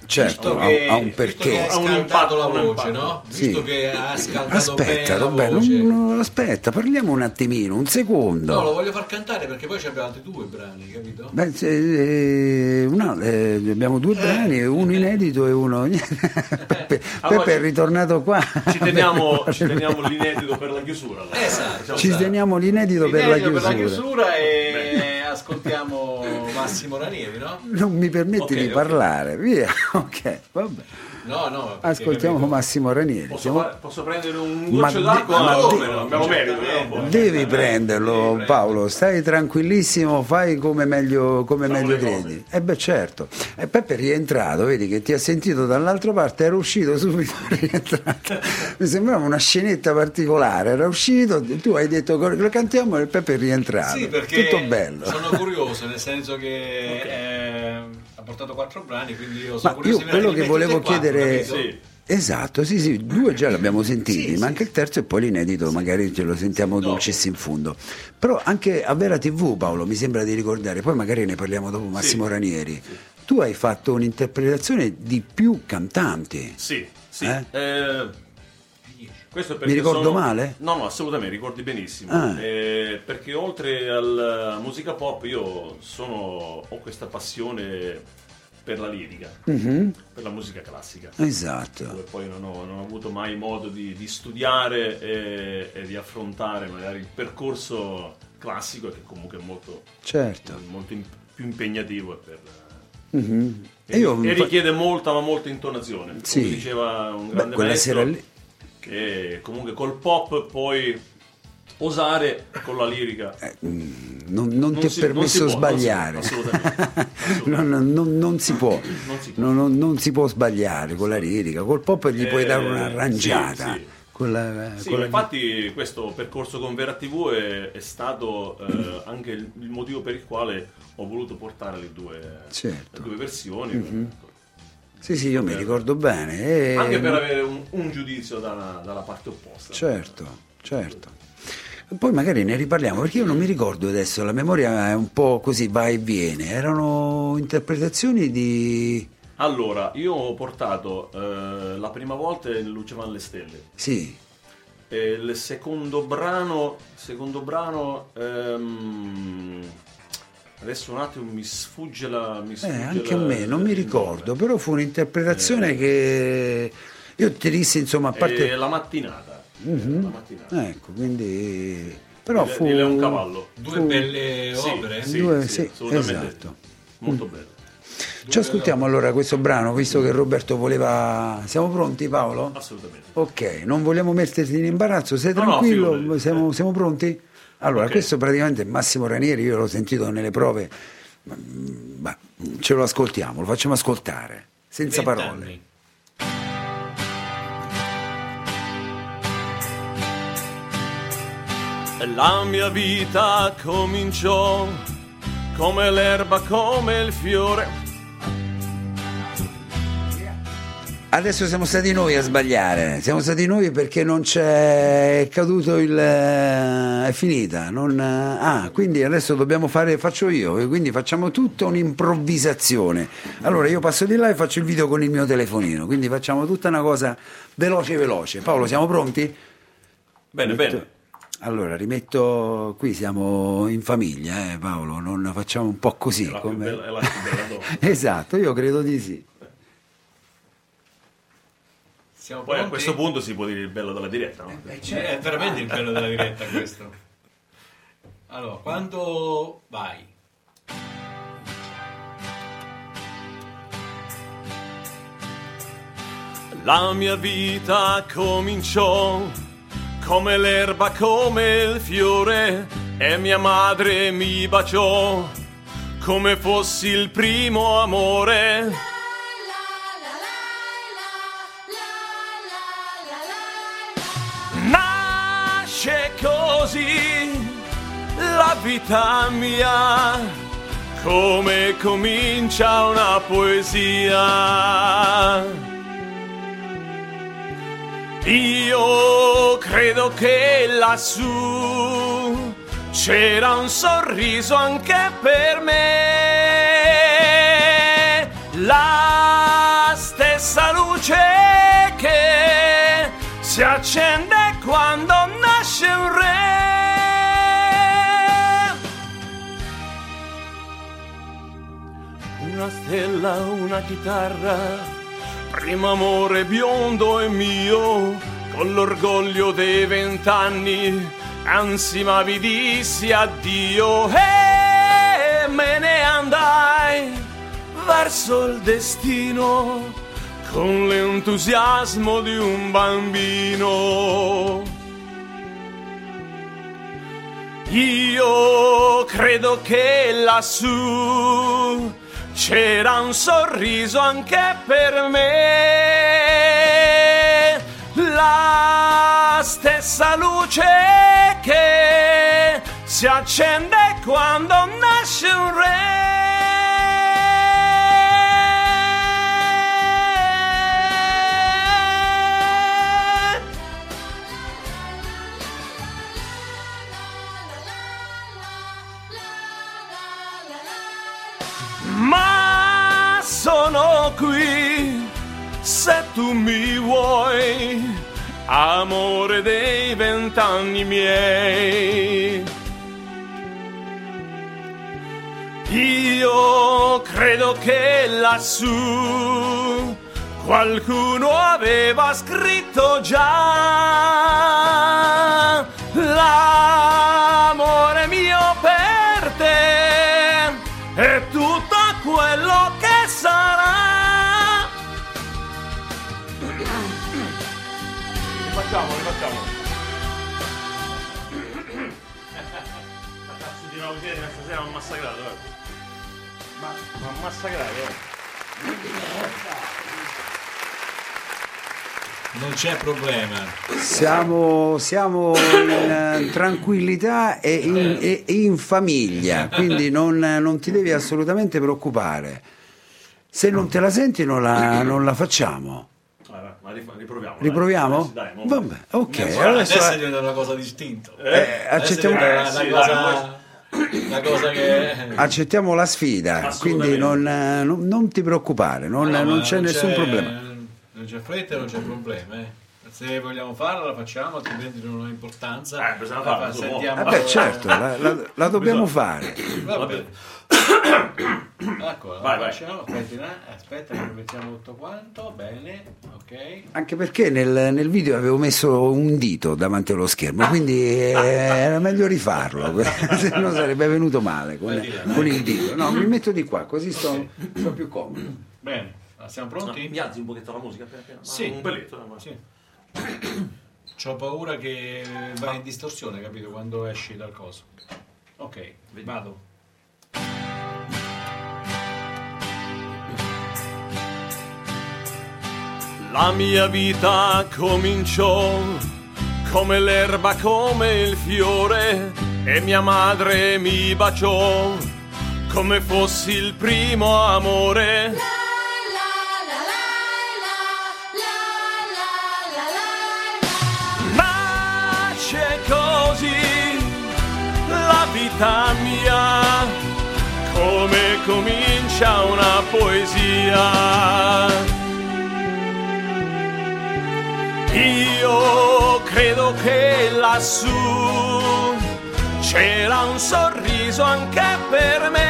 Speaker 3: Certo, ha, ha un
Speaker 7: Visto che
Speaker 3: perché.
Speaker 7: ha
Speaker 4: Ha un
Speaker 7: scaldato
Speaker 4: impatto,
Speaker 7: la
Speaker 4: un
Speaker 7: voce,
Speaker 4: impatto.
Speaker 7: no?
Speaker 3: Sì.
Speaker 7: Visto che ha scaldato
Speaker 3: Aspetta,
Speaker 7: bene la
Speaker 3: Roberto,
Speaker 7: voce.
Speaker 3: non- non- aspetta, parliamo un attimino, un secondo.
Speaker 7: No, lo voglio far cantare perché poi abbiamo altri due brani, capito?
Speaker 3: Beh, se- eh, no, eh, abbiamo due brani, uno inedito e uno. Peppe,
Speaker 4: allora
Speaker 3: Peppe è
Speaker 4: ci-
Speaker 3: ritornato qua.
Speaker 4: Ci teniamo, ci teniamo l'inedito per la chiusura. allora.
Speaker 7: Esatto.
Speaker 3: Ci teniamo l'inedito per la
Speaker 7: Inedito
Speaker 3: chiusura.
Speaker 7: chiusura e ascoltiamo Massimo Ranieri, no?
Speaker 3: Non mi permetti
Speaker 4: Ok,
Speaker 3: di
Speaker 4: ok.
Speaker 3: parlare, via. Ok, vabbè.
Speaker 7: No, no. perché,
Speaker 3: Ascoltiamo
Speaker 7: capito?
Speaker 3: Massimo Ranieri.
Speaker 4: Posso,
Speaker 3: Siamo-
Speaker 4: fare- posso prendere un
Speaker 3: Ma
Speaker 4: goccio
Speaker 3: de-
Speaker 4: d'acqua?
Speaker 3: ma
Speaker 4: No,
Speaker 3: de-
Speaker 4: no, abbiamo merito. eh, no?
Speaker 3: Devi prenderlo,
Speaker 7: Devi
Speaker 3: Paolo. Stai tranquillissimo, fai come meglio, come
Speaker 4: Facciamo
Speaker 3: meglio
Speaker 4: le cose.
Speaker 3: credi. E beh, certo. E Peppe è rientrato, vedi che ti ha sentito dall'altra parte, era uscito subito. è rientrato. Mi sembrava una scenetta particolare. Era uscito, tu hai detto lo cantiamo e Peppe è rientrato.
Speaker 7: Sì, perché
Speaker 3: Tutto bello.
Speaker 7: sono curioso, nel senso che ehm,
Speaker 6: eh, ha portato quattro brani, quindi io
Speaker 3: Ma
Speaker 6: sono
Speaker 3: io
Speaker 6: curioso di
Speaker 3: quello
Speaker 6: vedere
Speaker 3: che
Speaker 6: tutti e
Speaker 3: volevo
Speaker 6: quattro,
Speaker 3: chiedere...
Speaker 6: capito?
Speaker 4: Sì.
Speaker 3: Esatto, sì, sì, due già l'abbiamo sentiti,
Speaker 6: Sì,
Speaker 3: ma
Speaker 6: sì,
Speaker 3: anche il terzo e poi l'inedito, magari ce lo sentiamo
Speaker 6: dopo.
Speaker 3: dolcis in fondo. Però anche a Vera TV, Paolo, mi sembra di ricordare, poi magari ne parliamo dopo Massimo Ranieri, tu hai fatto un'interpretazione di più cantanti.
Speaker 4: Sì, sì.
Speaker 3: Eh?
Speaker 4: Eh, questo perché
Speaker 3: Mi ricordo
Speaker 4: sono-
Speaker 3: male?
Speaker 4: No, no, assolutamente, ricordi benissimo.
Speaker 3: Ah.
Speaker 4: Eh, perché oltre alla musica pop io sono, ho questa passione per la lirica,
Speaker 3: Mhm.
Speaker 4: per la musica classica. dove
Speaker 3: Esatto.
Speaker 4: poi non ho, non ho avuto mai modo di, di studiare e, e di affrontare magari il percorso classico che comunque è molto,
Speaker 3: Certo.
Speaker 4: molto in- più impegnativo e per-
Speaker 3: Mhm.
Speaker 4: e,
Speaker 3: io-
Speaker 4: e richiede molta ma molta intonazione
Speaker 3: Sì.
Speaker 4: come diceva un
Speaker 3: Beh,
Speaker 4: grande
Speaker 3: quella
Speaker 4: maestro
Speaker 3: sera lì-
Speaker 4: che comunque col pop puoi osare con la lirica
Speaker 3: Eh, non, non
Speaker 4: Non
Speaker 3: ti è
Speaker 4: si- non
Speaker 3: permesso
Speaker 4: si può, non si-
Speaker 3: sbagliare.
Speaker 4: assolutamente, assolutamente.
Speaker 3: No, no, non, non si può.
Speaker 4: Non si può. Esatto.
Speaker 3: No, no, non si può sbagliare con la lirica, col pop gli puoi
Speaker 4: Eh,
Speaker 3: dare un'arrangiata.
Speaker 4: sì, sì.
Speaker 3: Con la-
Speaker 4: Sì,
Speaker 3: con la-
Speaker 4: infatti questo percorso con Vera TV è, è stato eh, anche il, il motivo per il quale ho voluto portare le due,
Speaker 3: Certo. Mhm.
Speaker 4: le due versioni, ecco.
Speaker 3: Sì, sì, io mi ricordo bene. E-
Speaker 4: Eh. anche per avere un, un giudizio dalla, dalla parte opposta.
Speaker 3: Certo, certo. Poi magari ne riparliamo perché io non mi ricordo adesso, la memoria è un po' così, va e viene. Erano interpretazioni di...
Speaker 4: Allora, io ho portato eh, la prima volta il Luce van le stelle,
Speaker 3: Sì,
Speaker 4: e il secondo brano, secondo brano ehm, adesso un attimo mi sfugge la... Mi
Speaker 3: Eh,
Speaker 4: sfugge
Speaker 3: anche a
Speaker 4: la-
Speaker 3: me, non mi
Speaker 4: il
Speaker 3: ricordo,
Speaker 4: nome.
Speaker 3: però fu un'interpretazione che io ti dissi, insomma, a
Speaker 4: Eh,
Speaker 3: parte...
Speaker 4: la mattinata. La mattinata.
Speaker 3: Ecco, quindi... Però
Speaker 4: Di-
Speaker 3: fu...
Speaker 4: di Leon Cavallo.
Speaker 6: Due
Speaker 3: fu-
Speaker 6: belle
Speaker 4: Sì,
Speaker 6: opere.
Speaker 4: sì,
Speaker 3: Due-
Speaker 4: sì,
Speaker 3: sì,
Speaker 4: assolutamente.
Speaker 3: esatto.
Speaker 4: Molto bello.
Speaker 3: Ci ascoltiamo allora questo brano, visto che Roberto voleva... Siamo pronti Paolo?
Speaker 4: Assolutamente.
Speaker 3: Ok, non vogliamo metterti in imbarazzo, sei
Speaker 4: Ah, No, no,
Speaker 3: tranquillo,
Speaker 4: figurati.
Speaker 3: siamo, siamo pronti? Allora,
Speaker 4: Ok.
Speaker 3: questo praticamente è Massimo Ranieri, io l'ho sentito nelle prove, ma, ma ce lo ascoltiamo, lo facciamo ascoltare, senza parole.
Speaker 6: Vent'anni.
Speaker 4: La mia vita cominciò come l'erba, come il fiore.
Speaker 3: Adesso siamo stati noi a sbagliare, siamo stati noi perché non c'è è caduto il... eh, è finita, non... ah, quindi adesso dobbiamo fare, faccio io, e quindi facciamo tutta un'improvvisazione. Allora io passo di là e faccio il video con il mio telefonino, quindi facciamo tutta una cosa veloce veloce. Paolo, siamo pronti?
Speaker 4: Bene, bene.
Speaker 3: Allora, rimetto qui, siamo in famiglia, eh, Paolo, non facciamo un po' così.
Speaker 4: È la più bella, è la più bella dopo.
Speaker 3: esatto, io credo di sì.
Speaker 6: Siamo
Speaker 4: Poi a
Speaker 6: pronti?
Speaker 4: questo punto si può dire il bello della diretta,
Speaker 3: Eh,
Speaker 4: no?
Speaker 6: Cioè, è veramente il bello della diretta questo. Allora, quando vai?
Speaker 4: La mia vita cominciò come l'erba, come il fiore e mia madre mi baciò come fossi il primo amore. Nasce così la vita mia, come comincia una poesia. Io credo che lassù c'era un sorriso anche per me. La stessa luce che si accende quando nasce un re. Una stella, una chitarra, primo amore biondo e mio, con l'orgoglio dei vent'anni, anzi ma vi dissi addio e me ne andai verso il destino con l'entusiasmo di un bambino. Io credo che lassù c'era un sorriso anche per me. La stessa luce che si accende quando nasce un re.
Speaker 5: ma sono qui se tu mi vuoi, amore dei vent'anni miei. Io credo che lassù qualcuno aveva scritto già l'amore mio per te e tutto quello che sarà.
Speaker 4: Rifacciamo, rifacciamo. Ma cazzo di nuovo ieri, stasera mi ha massacrato, eh. guarda. Ma mi ha massacrato, guarda.
Speaker 7: Non c'è problema.
Speaker 3: Siamo, siamo in eh, tranquillità e in, e in famiglia, quindi non, non ti devi assolutamente preoccupare. Se non te la senti non la, non la facciamo.
Speaker 4: Vabbè, ma rif- riproviamo. dai.
Speaker 3: Riproviamo?
Speaker 4: Adesso, dai, mo-
Speaker 3: Vabbè, ok. allora
Speaker 7: Adesso,
Speaker 3: adesso-
Speaker 7: diventa una cosa distinta.
Speaker 3: eh, accettiamo,
Speaker 7: la,
Speaker 4: sì,
Speaker 7: cosa, la cosa che...
Speaker 3: Ah, accettiamo la sfida, quindi
Speaker 4: Assolutamente.
Speaker 3: non, eh, non- non ti preoccupare, non,
Speaker 7: No, ma
Speaker 3: non c'è nessun problema.
Speaker 7: Non c'è fretta, non c'è problema. eh. Se vogliamo farla la facciamo, altrimenti non ha
Speaker 4: Eh,
Speaker 7: importanza.
Speaker 4: bisogna
Speaker 7: La
Speaker 4: farla,
Speaker 7: fa-
Speaker 4: su, mo.
Speaker 7: sentiamo-
Speaker 3: Vabbè, certo, la, la- la dobbiamo fare.
Speaker 7: Va
Speaker 4: Vabbè.
Speaker 7: bene. Ecco, la
Speaker 4: Vai, vai.
Speaker 7: facciamo, aspetti, eh, aspetta che lo mettiamo tutto quanto, bene, ok.
Speaker 3: Anche perché nel, nel video avevo messo un dito davanti allo schermo, quindi eh, era meglio rifarlo, se no sarebbe venuto male con, con il dito. No, mi metto di qua, così sto, sto più comodo.
Speaker 7: Bene, allora, siamo
Speaker 4: No,
Speaker 7: pronti?
Speaker 4: mi alzi un pochetto la musica appena appena. ma
Speaker 7: Sì.
Speaker 4: Un belletto. eh, ma-
Speaker 7: Sì. C'ho paura che va in distorsione, capito, quando esci dal coso. Ok, vado.
Speaker 5: La mia vita cominciò come l'erba, come il fiore e mia madre mi baciò come fossi il primo amore. Nasce così la vita mia, come comincia una poesia. Io credo che lassù c'era un sorriso anche per me.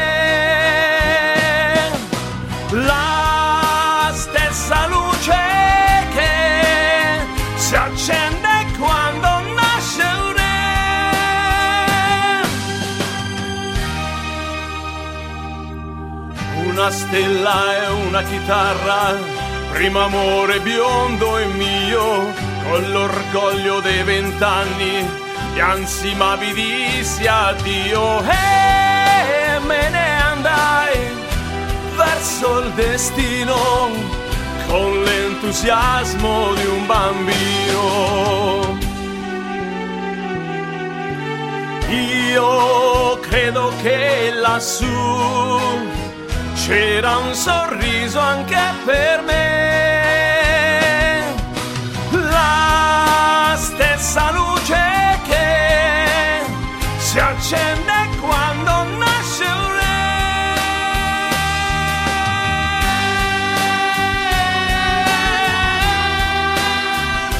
Speaker 5: La stessa luce che si accende quando nasce un re. Una stella e una chitarra, primo amore biondo e mio, con l'orgoglio dei vent'anni, gli ansimabili dissi addio e me ne andai verso il destino con l'entusiasmo di un bambino. Io credo che lassù c'era un sorriso anche per me. La stessa luce che si accende quando nasce un re.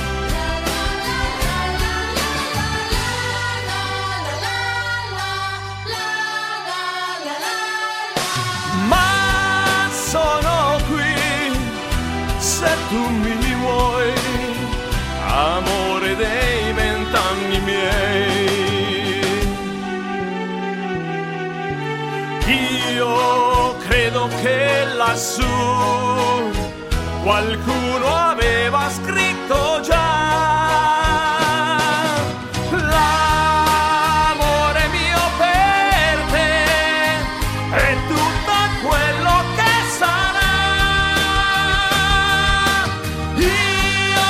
Speaker 5: ma sono qui se tu mi vuoi, amore dei vent'anni miei. Io credo che lassù qualcuno aveva scritto già l'amore mio per te è tutto quello che sarà. Io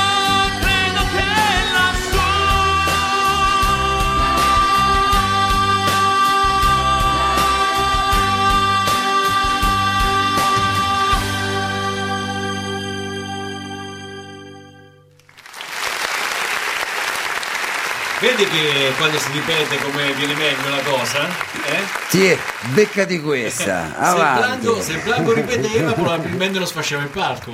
Speaker 5: credo che lassù
Speaker 7: vedi che quando si ripete come viene meglio la cosa? Eh?
Speaker 3: Ti è beccati questa.
Speaker 7: Se Blanco,
Speaker 3: Avanti.
Speaker 7: se Blanco ripeteva, probabilmente lo sfasciava in palco.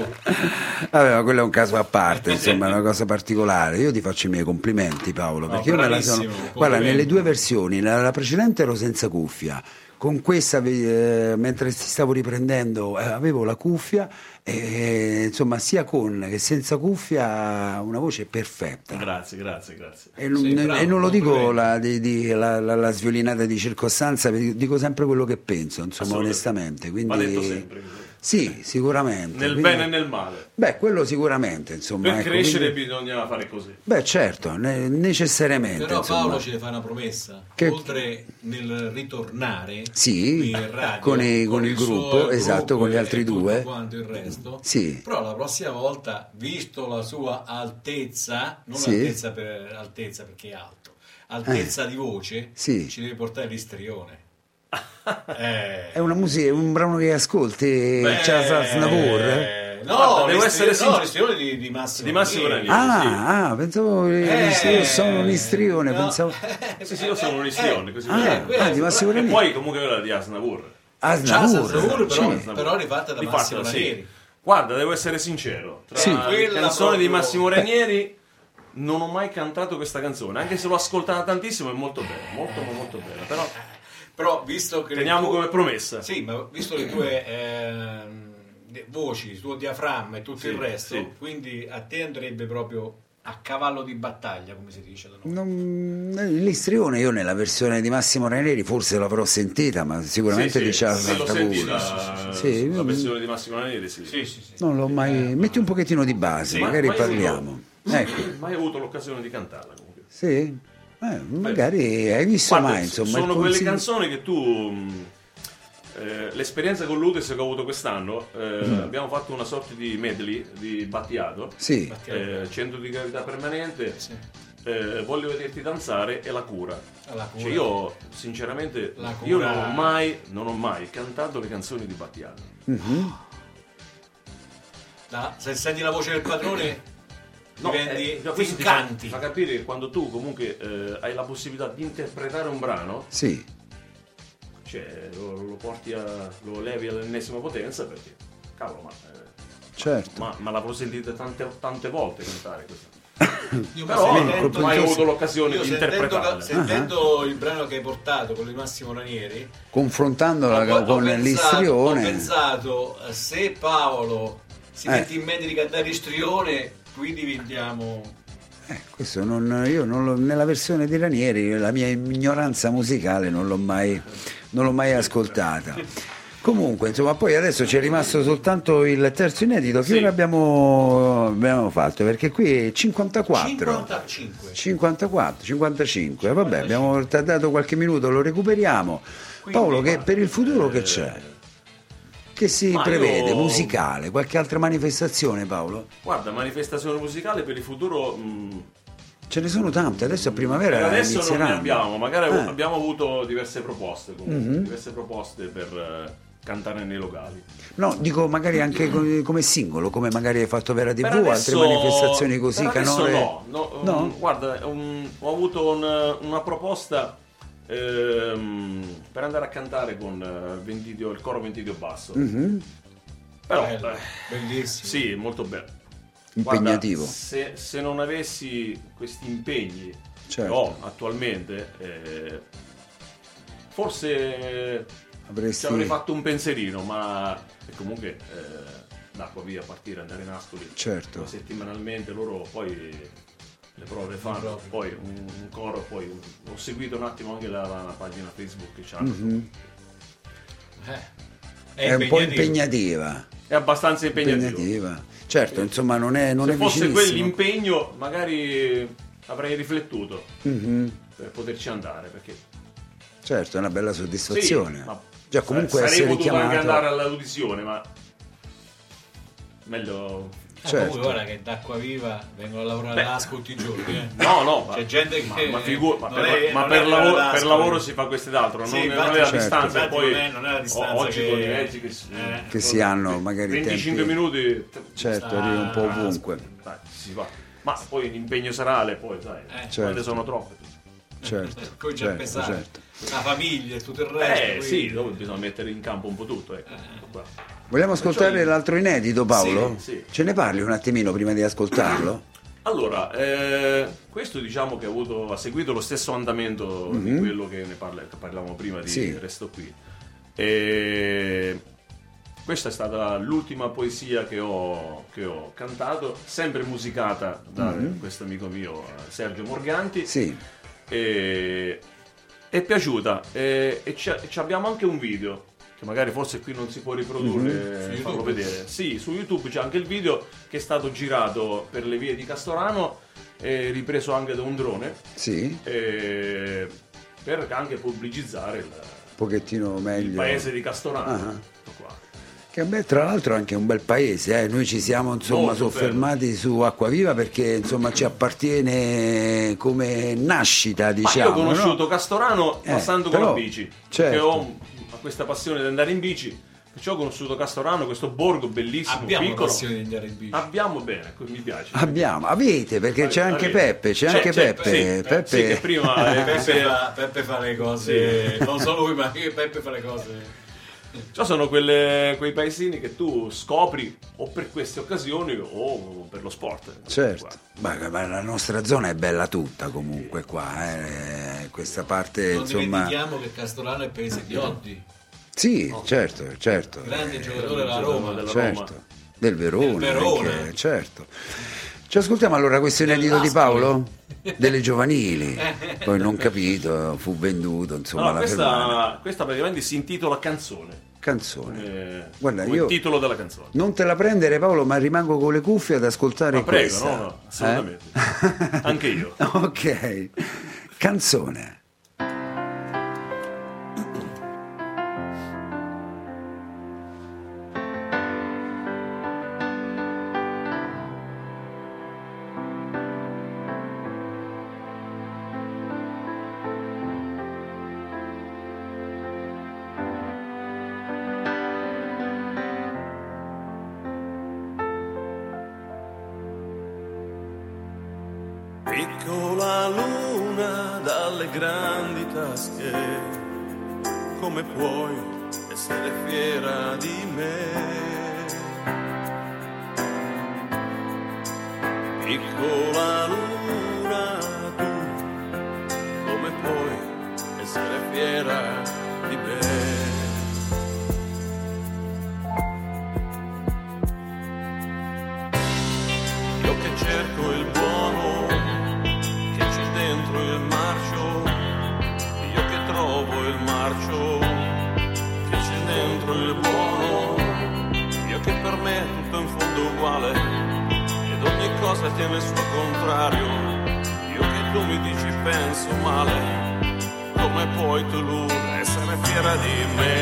Speaker 3: Vabbè, ma quello è un caso a parte, insomma, è una cosa particolare. Io ti faccio i miei complimenti, Paolo, perché io me la sono.
Speaker 7: bravissimo,
Speaker 3: Guarda,
Speaker 7: complimenti.
Speaker 3: nelle due versioni, la, la precedente ero senza cuffia. Con questa, ve- eh, mentre si stavo riprendendo, eh, avevo la cuffia e eh, insomma, sia con che senza cuffia, una voce perfetta.
Speaker 4: Grazie, grazie, grazie.
Speaker 3: E non,
Speaker 7: Sei bravo,
Speaker 3: e non lo dico
Speaker 7: complimenti.
Speaker 3: la, di- di- la- la- la sviolinata di circostanza, perché dico sempre quello che penso, insomma, onestamente.
Speaker 4: Assolutamente.
Speaker 3: Quindi,
Speaker 4: Va detto sempre così.
Speaker 3: Sì, sicuramente.
Speaker 4: Nel
Speaker 3: Quindi-
Speaker 4: bene e nel male.
Speaker 3: Beh, quello sicuramente, insomma.
Speaker 4: Per
Speaker 3: ecco,
Speaker 4: crescere
Speaker 3: quindi-
Speaker 4: bisogna fare così.
Speaker 3: Beh, certo, ne- necessariamente.
Speaker 7: Però
Speaker 3: insomma.
Speaker 7: Paolo ci deve fare una promessa.
Speaker 3: Che-
Speaker 7: Oltre nel ritornare
Speaker 3: Sì,
Speaker 7: qui in radio,
Speaker 3: con i- con il
Speaker 7: suo
Speaker 3: gruppo, esatto, con gli
Speaker 7: e
Speaker 3: altri
Speaker 7: tutto
Speaker 3: due.
Speaker 7: quanto il resto.
Speaker 3: Sì.
Speaker 7: Però la prossima volta, visto la sua altezza, non
Speaker 3: Sì. Eh.
Speaker 7: altezza per altezza perché è alto, altezza di voce,
Speaker 3: Sì.
Speaker 7: ci deve portare l'istrione. eh.
Speaker 3: È una musica, è un brano che ascolti,
Speaker 7: Beh,
Speaker 3: Chasas Navour.
Speaker 7: Eh, No,
Speaker 4: Guarda, devo
Speaker 7: listri-
Speaker 4: essere sin-
Speaker 7: no, l'istrione di, di Massimo.
Speaker 4: Di Massimo
Speaker 7: Ranieri.
Speaker 4: Ranieri.
Speaker 3: Ah, ah, pensavo che
Speaker 7: Eh.
Speaker 3: io sono un istrione,
Speaker 7: No.
Speaker 3: pensavo...
Speaker 4: Sì, sì, io sono un istrione, così
Speaker 3: Ah,
Speaker 4: vediamo.
Speaker 7: quello-
Speaker 3: ah, di Massimo
Speaker 4: E
Speaker 3: Renini.
Speaker 4: poi comunque quella di Asnavur.
Speaker 7: Chasas
Speaker 3: Aznavour,
Speaker 7: Aznavour, però,
Speaker 3: Ah, sì.
Speaker 7: però rifatta da
Speaker 4: Rifatta,
Speaker 7: Massimo
Speaker 4: sì.
Speaker 7: Ranieri.
Speaker 4: Guarda, devo essere sincero. Tra
Speaker 3: Sì.
Speaker 4: le
Speaker 7: Quella
Speaker 4: canzoni di
Speaker 7: proprio-
Speaker 4: Massimo Ranieri non ho mai cantato questa canzone, anche se l'ho ascoltata tantissimo, è molto bella, molto ma molto bella. Però
Speaker 7: Però visto che le
Speaker 4: teniamo
Speaker 7: tue-
Speaker 4: come promessa.
Speaker 7: Sì, ma visto le tue ehm, le voci, il tuo diaframma e tutto
Speaker 4: Sì,
Speaker 7: il resto,
Speaker 4: sì.
Speaker 7: quindi a te andrebbe proprio a cavallo di battaglia, come si dice da noi.
Speaker 3: Non- L'istrione io nella versione di Massimo Ranieri forse l'avrò sentita, ma sicuramente
Speaker 4: Sì,
Speaker 3: di
Speaker 4: sì,
Speaker 3: Chasas
Speaker 4: se l'ho sentita
Speaker 3: Aznavour.
Speaker 4: eh,
Speaker 3: Sì,
Speaker 4: la
Speaker 3: io-
Speaker 4: versione di Massimo Ranieri, sì.
Speaker 7: sì, sì.
Speaker 3: Non l'ho mai... Metti un pochettino di base,
Speaker 4: Sì,
Speaker 3: magari
Speaker 4: ma- ma io-
Speaker 3: parliamo. Ecco,
Speaker 4: Mai avuto l'occasione di cantarla comunque.
Speaker 3: sì? Eh, magari hai visto
Speaker 4: Guarda,
Speaker 3: mai, insomma... il
Speaker 4: sono quelle
Speaker 3: consiglio-
Speaker 4: canzoni che tu. mh, eh, l'esperienza con l'Utes che ho avuto quest'anno, eh, abbiamo fatto una sorta di medley di Battiato,
Speaker 3: Mm. Sì,
Speaker 4: eh, Centro di gravità permanente,
Speaker 7: Sì.
Speaker 4: eh, Voglio vederti danzare e La cura.
Speaker 7: La cura.
Speaker 4: Cioè io sinceramente
Speaker 7: La
Speaker 4: io
Speaker 7: cura.
Speaker 4: non ho, mai, non ho mai cantato le canzoni di Battiato.
Speaker 7: La- se senti la voce del padrone, diventi,
Speaker 4: eh, già
Speaker 7: ti
Speaker 4: questo ti fa,
Speaker 7: incanti.
Speaker 4: ti fa capire che quando tu comunque eh, hai la possibilità di interpretare un brano,
Speaker 3: sì.
Speaker 4: cioè, lo, lo porti a, lo levi all'ennesima potenza perché cavolo ma, eh,
Speaker 3: Certo.
Speaker 4: ma, ma l'avrò sentita tante, tante volte cantare questa
Speaker 7: Io
Speaker 4: però
Speaker 7: mi
Speaker 4: non
Speaker 7: sento-
Speaker 4: ho mai
Speaker 7: io
Speaker 4: avuto l'occasione
Speaker 7: io
Speaker 4: di
Speaker 7: sentendo-
Speaker 4: interpretarla
Speaker 3: Ah,
Speaker 7: Sentendo il brano che hai portato, quello di Massimo Ranieri,
Speaker 3: Confrontandola
Speaker 7: Ho- ho
Speaker 3: con
Speaker 7: pensato-
Speaker 3: l'istrione...
Speaker 7: Ho pensato, eh, se Paolo si
Speaker 3: Eh.
Speaker 7: mette in mente di cantare istrione, qui diventiamo...
Speaker 3: Eh, questo non, io non l'ho- nella versione di Ranieri la mia ignoranza musicale non l'ho mai, non l'ho mai ascoltata. Comunque, insomma, poi adesso c'è rimasto soltanto il terzo inedito. Che
Speaker 4: Sì.
Speaker 3: ora abbiamo, abbiamo fatto? Perché qui è 54.
Speaker 7: 55.
Speaker 3: 54, 55, vabbè, abbiamo tardato qualche minuto, lo recuperiamo.
Speaker 7: Quindi,
Speaker 3: Paolo, che
Speaker 4: guarda,
Speaker 3: per il futuro che c'è?
Speaker 4: Eh,
Speaker 3: Che si
Speaker 4: ma io-
Speaker 3: prevede? Musicale? Qualche altra manifestazione, Paolo?
Speaker 4: guarda manifestazione musicale per il futuro mm, mh,
Speaker 3: Ce ne sono tante, adesso a
Speaker 4: per
Speaker 3: primavera
Speaker 4: Eh, adesso non ne
Speaker 3: inizieranno.
Speaker 4: abbiamo magari
Speaker 3: Eh. Mhm.
Speaker 4: abbiamo avuto diverse proposte comunque, diverse proposte per eh, cantare nei locali
Speaker 3: No, dico magari anche co- come singolo, come magari hai fatto Vera TV,
Speaker 4: Per adesso-
Speaker 3: altre manifestazioni così,
Speaker 4: per adesso
Speaker 3: canore.
Speaker 4: No, no, um,
Speaker 3: No?
Speaker 4: guarda, um, ho avuto un- una proposta ehm, per andare a cantare con eh, Vendidio, il coro Vendidio Basso.
Speaker 3: Mm. Mhm,
Speaker 4: Però,
Speaker 7: Bello,
Speaker 4: eh,
Speaker 7: bellissimo.
Speaker 4: sì, molto bello. Guarda,
Speaker 3: Impegnativo.
Speaker 4: se, se non avessi questi impegni
Speaker 3: Certo.
Speaker 4: che ho attualmente, eh, forse
Speaker 3: Avresti-
Speaker 4: ci avrei fatto un pensierino, ma comunque eh, da qua via partire, andare in Ascoli eh,
Speaker 3: Certo.
Speaker 4: settimanalmente, loro poi le prove le fanno,
Speaker 7: prove.
Speaker 4: poi un, un coro, poi un- ho seguito un attimo anche la, la pagina Facebook che c'hanno.
Speaker 3: Mhm.
Speaker 7: Eh,
Speaker 3: È, un po' impegnativa.
Speaker 4: È abbastanza impegnativo.
Speaker 3: Impegnativa. Certo, insomma, non è, non
Speaker 4: Se
Speaker 3: è
Speaker 4: fosse
Speaker 3: vicinissimo.
Speaker 4: quell'impegno, magari avrei riflettuto per poterci andare, perché
Speaker 3: Mhm. Certo, è una bella soddisfazione.
Speaker 4: Sì, ma
Speaker 3: Già comunque
Speaker 4: sa- sarei
Speaker 3: essere
Speaker 4: potuto anche
Speaker 3: chiamato.
Speaker 4: andare all'audizione, ma meglio
Speaker 7: Ah,
Speaker 3: certo.
Speaker 7: comunque, guarda che d'acqua viva vengono a lavorare all'asco tutti i giorni. eh.
Speaker 4: No, no,
Speaker 7: C'è gente
Speaker 4: ma-
Speaker 7: che-
Speaker 4: ma, figu- ma
Speaker 7: non
Speaker 4: per,
Speaker 7: è-
Speaker 4: ma
Speaker 7: non
Speaker 4: per
Speaker 7: è
Speaker 4: lavoro, per
Speaker 7: all'asco.
Speaker 4: lavoro si fa quest'altro, non,
Speaker 7: Sì,
Speaker 4: non
Speaker 7: infatti,
Speaker 4: è la
Speaker 7: certo.
Speaker 4: distanza.
Speaker 7: Infatti
Speaker 4: poi
Speaker 7: non è- non è la distanza
Speaker 4: o- oggi
Speaker 7: che-
Speaker 4: con i mezzi che, si-
Speaker 7: eh,
Speaker 3: Che si hanno magari
Speaker 4: 25
Speaker 3: tempi-
Speaker 4: minuti t-
Speaker 3: Certo, arriva un po'
Speaker 4: ah,
Speaker 3: ovunque.
Speaker 4: dai, si va. Ma poi l'impegno serale, poi sai,
Speaker 7: Certo.
Speaker 4: quelle sono troppe.
Speaker 3: certo.
Speaker 7: comincia a
Speaker 3: certo,
Speaker 7: pesare
Speaker 3: certo.
Speaker 7: la famiglia e tutto il resto.
Speaker 9: Eh
Speaker 7: quindi-
Speaker 9: sì, dopo bisogna mettere in campo un po' tutto. Ecco. Tutto qua.
Speaker 3: Vogliamo ascoltare l'altro inedito, Paolo?
Speaker 9: Cioè, Sì, sì.
Speaker 3: Ce ne parli un attimino prima di ascoltarlo?
Speaker 9: Allora, eh, questo diciamo che ha, avuto- ha seguito lo stesso andamento di quello che ne parla- che parlavamo prima di
Speaker 3: Mhm. Sì.
Speaker 9: Resto qui. E questa è stata l'ultima poesia che ho, che ho cantato, sempre musicata da questo amico mio eh, Sergio Morganti.
Speaker 3: Mhm. Sì.
Speaker 9: E, è piaciuta e, e ci, ci abbiamo anche un video che magari forse qui non si può riprodurre eh,
Speaker 7: Su
Speaker 9: farlo
Speaker 7: YouTube?
Speaker 9: vedere sì su youtube c'è anche il video che è stato girato per le vie di Castorano e ripreso anche da un drone
Speaker 3: Sì,
Speaker 9: eh, per anche pubblicizzare il,
Speaker 3: un pochettino
Speaker 9: il
Speaker 3: meglio.
Speaker 9: paese di Castorano
Speaker 3: Ah.
Speaker 9: Tutto qua.
Speaker 3: Che a me, tra l'altro è anche un bel paese, eh. noi ci siamo insomma
Speaker 9: Molto
Speaker 3: soffermati su Acquaviva perché insomma ci appartiene come nascita,
Speaker 9: Ma
Speaker 3: diciamo.
Speaker 9: io ho conosciuto
Speaker 3: no?
Speaker 9: Castorano
Speaker 3: Eh,
Speaker 9: passando
Speaker 3: però,
Speaker 9: con la bici, perché
Speaker 3: certo.
Speaker 9: ho questa passione di andare in bici, perciò ho conosciuto Castorano, questo borgo bellissimo,
Speaker 7: Abbiamo la
Speaker 9: piccolo.
Speaker 7: passione di andare in
Speaker 4: Ah,
Speaker 7: bici.
Speaker 9: Abbiamo bene, que- mi piace.
Speaker 3: Abbiamo, avete, perché Ah, c'è anche
Speaker 9: Avete.
Speaker 3: Peppe, c'è anche Peppe.
Speaker 9: sì,
Speaker 3: Peppe-
Speaker 9: sì, che prima eh,
Speaker 7: Peppe,
Speaker 9: Peppe-
Speaker 7: fa, Peppe fa le cose, non so lui, ma io e Peppe fa le cose.
Speaker 9: Cioè sono quelle- quei paesini che tu scopri o per queste occasioni o per lo sport.
Speaker 3: Certo, ma, ma la nostra zona è bella tutta comunque qua, eh, questa parte
Speaker 7: Non
Speaker 3: insomma...
Speaker 7: dimentichiamo che Castorano è il paese di Oddi,
Speaker 3: Sì, certo, certo.
Speaker 7: grande giocatore
Speaker 9: della
Speaker 7: della Roma.
Speaker 9: della
Speaker 3: certo.
Speaker 9: Roma.
Speaker 3: Del Verona,
Speaker 7: Del Verona.
Speaker 3: anche, certo. Ci ascoltiamo allora questo inedito di
Speaker 7: Dell'Ascoli.
Speaker 3: Paolo? Delle giovanili, poi non capito, fu venduto insomma
Speaker 9: Allora,
Speaker 3: la
Speaker 9: Eh.
Speaker 3: Ferrara.
Speaker 9: questa, questa praticamente si intitola Canzone.
Speaker 3: Canzone.
Speaker 9: eh,
Speaker 3: Guarda,
Speaker 9: come
Speaker 3: io-
Speaker 9: titolo della canzone.
Speaker 3: Non te la prendere Paolo, ma rimango con le cuffie ad ascoltare
Speaker 9: Ma prego,
Speaker 3: questa.
Speaker 9: no, no, assolutamente.
Speaker 3: Eh?
Speaker 9: Anche io.
Speaker 3: ok, canzone.
Speaker 4: Piccola luna dalle grandi tasche, come puoi essere fiera di me? Piccola luna, tu come puoi essere fiera di me? Io che cerco il buono che c'è dentro il marcio, io che trovo il marcio, che c'è dentro il buono, io che per me è tutto in fondo uguale, ed ogni cosa tiene il suo contrario, io che tu mi dici penso male, come puoi tu luna essere fiera di me?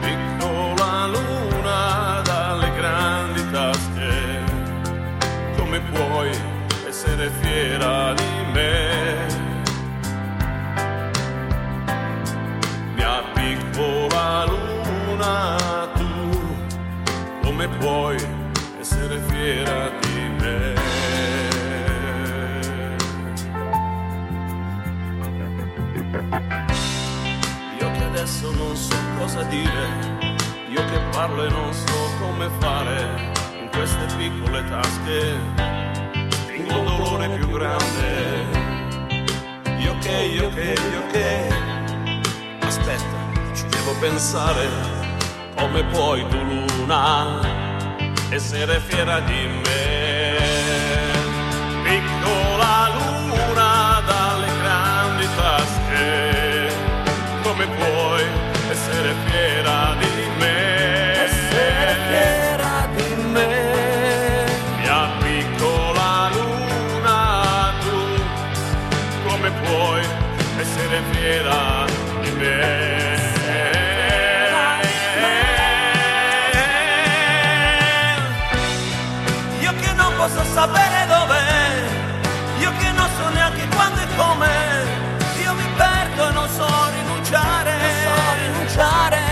Speaker 4: Piccola luna dalle grandi tasche, come puoi essere fiera di me. Mia piccola luna, tu come puoi essere fiera di me. Io che adesso non so cosa dire, io che parlo e non so come fare, in queste piccole tasche tengo un dolore più grande. Io che, io che, io che, aspetta, ci devo pensare, come puoi tu luna essere fiera di me. Piccola luna dalle grandi tasche, come puoi essere fiera di me? Essere fiera di me. Mia piccola luna, tu come puoi essere fiera di me? Io che non posso sapere dov'è, io che non so neanche quando e come, io mi perdo e non so rinunciare, non so rinunciare.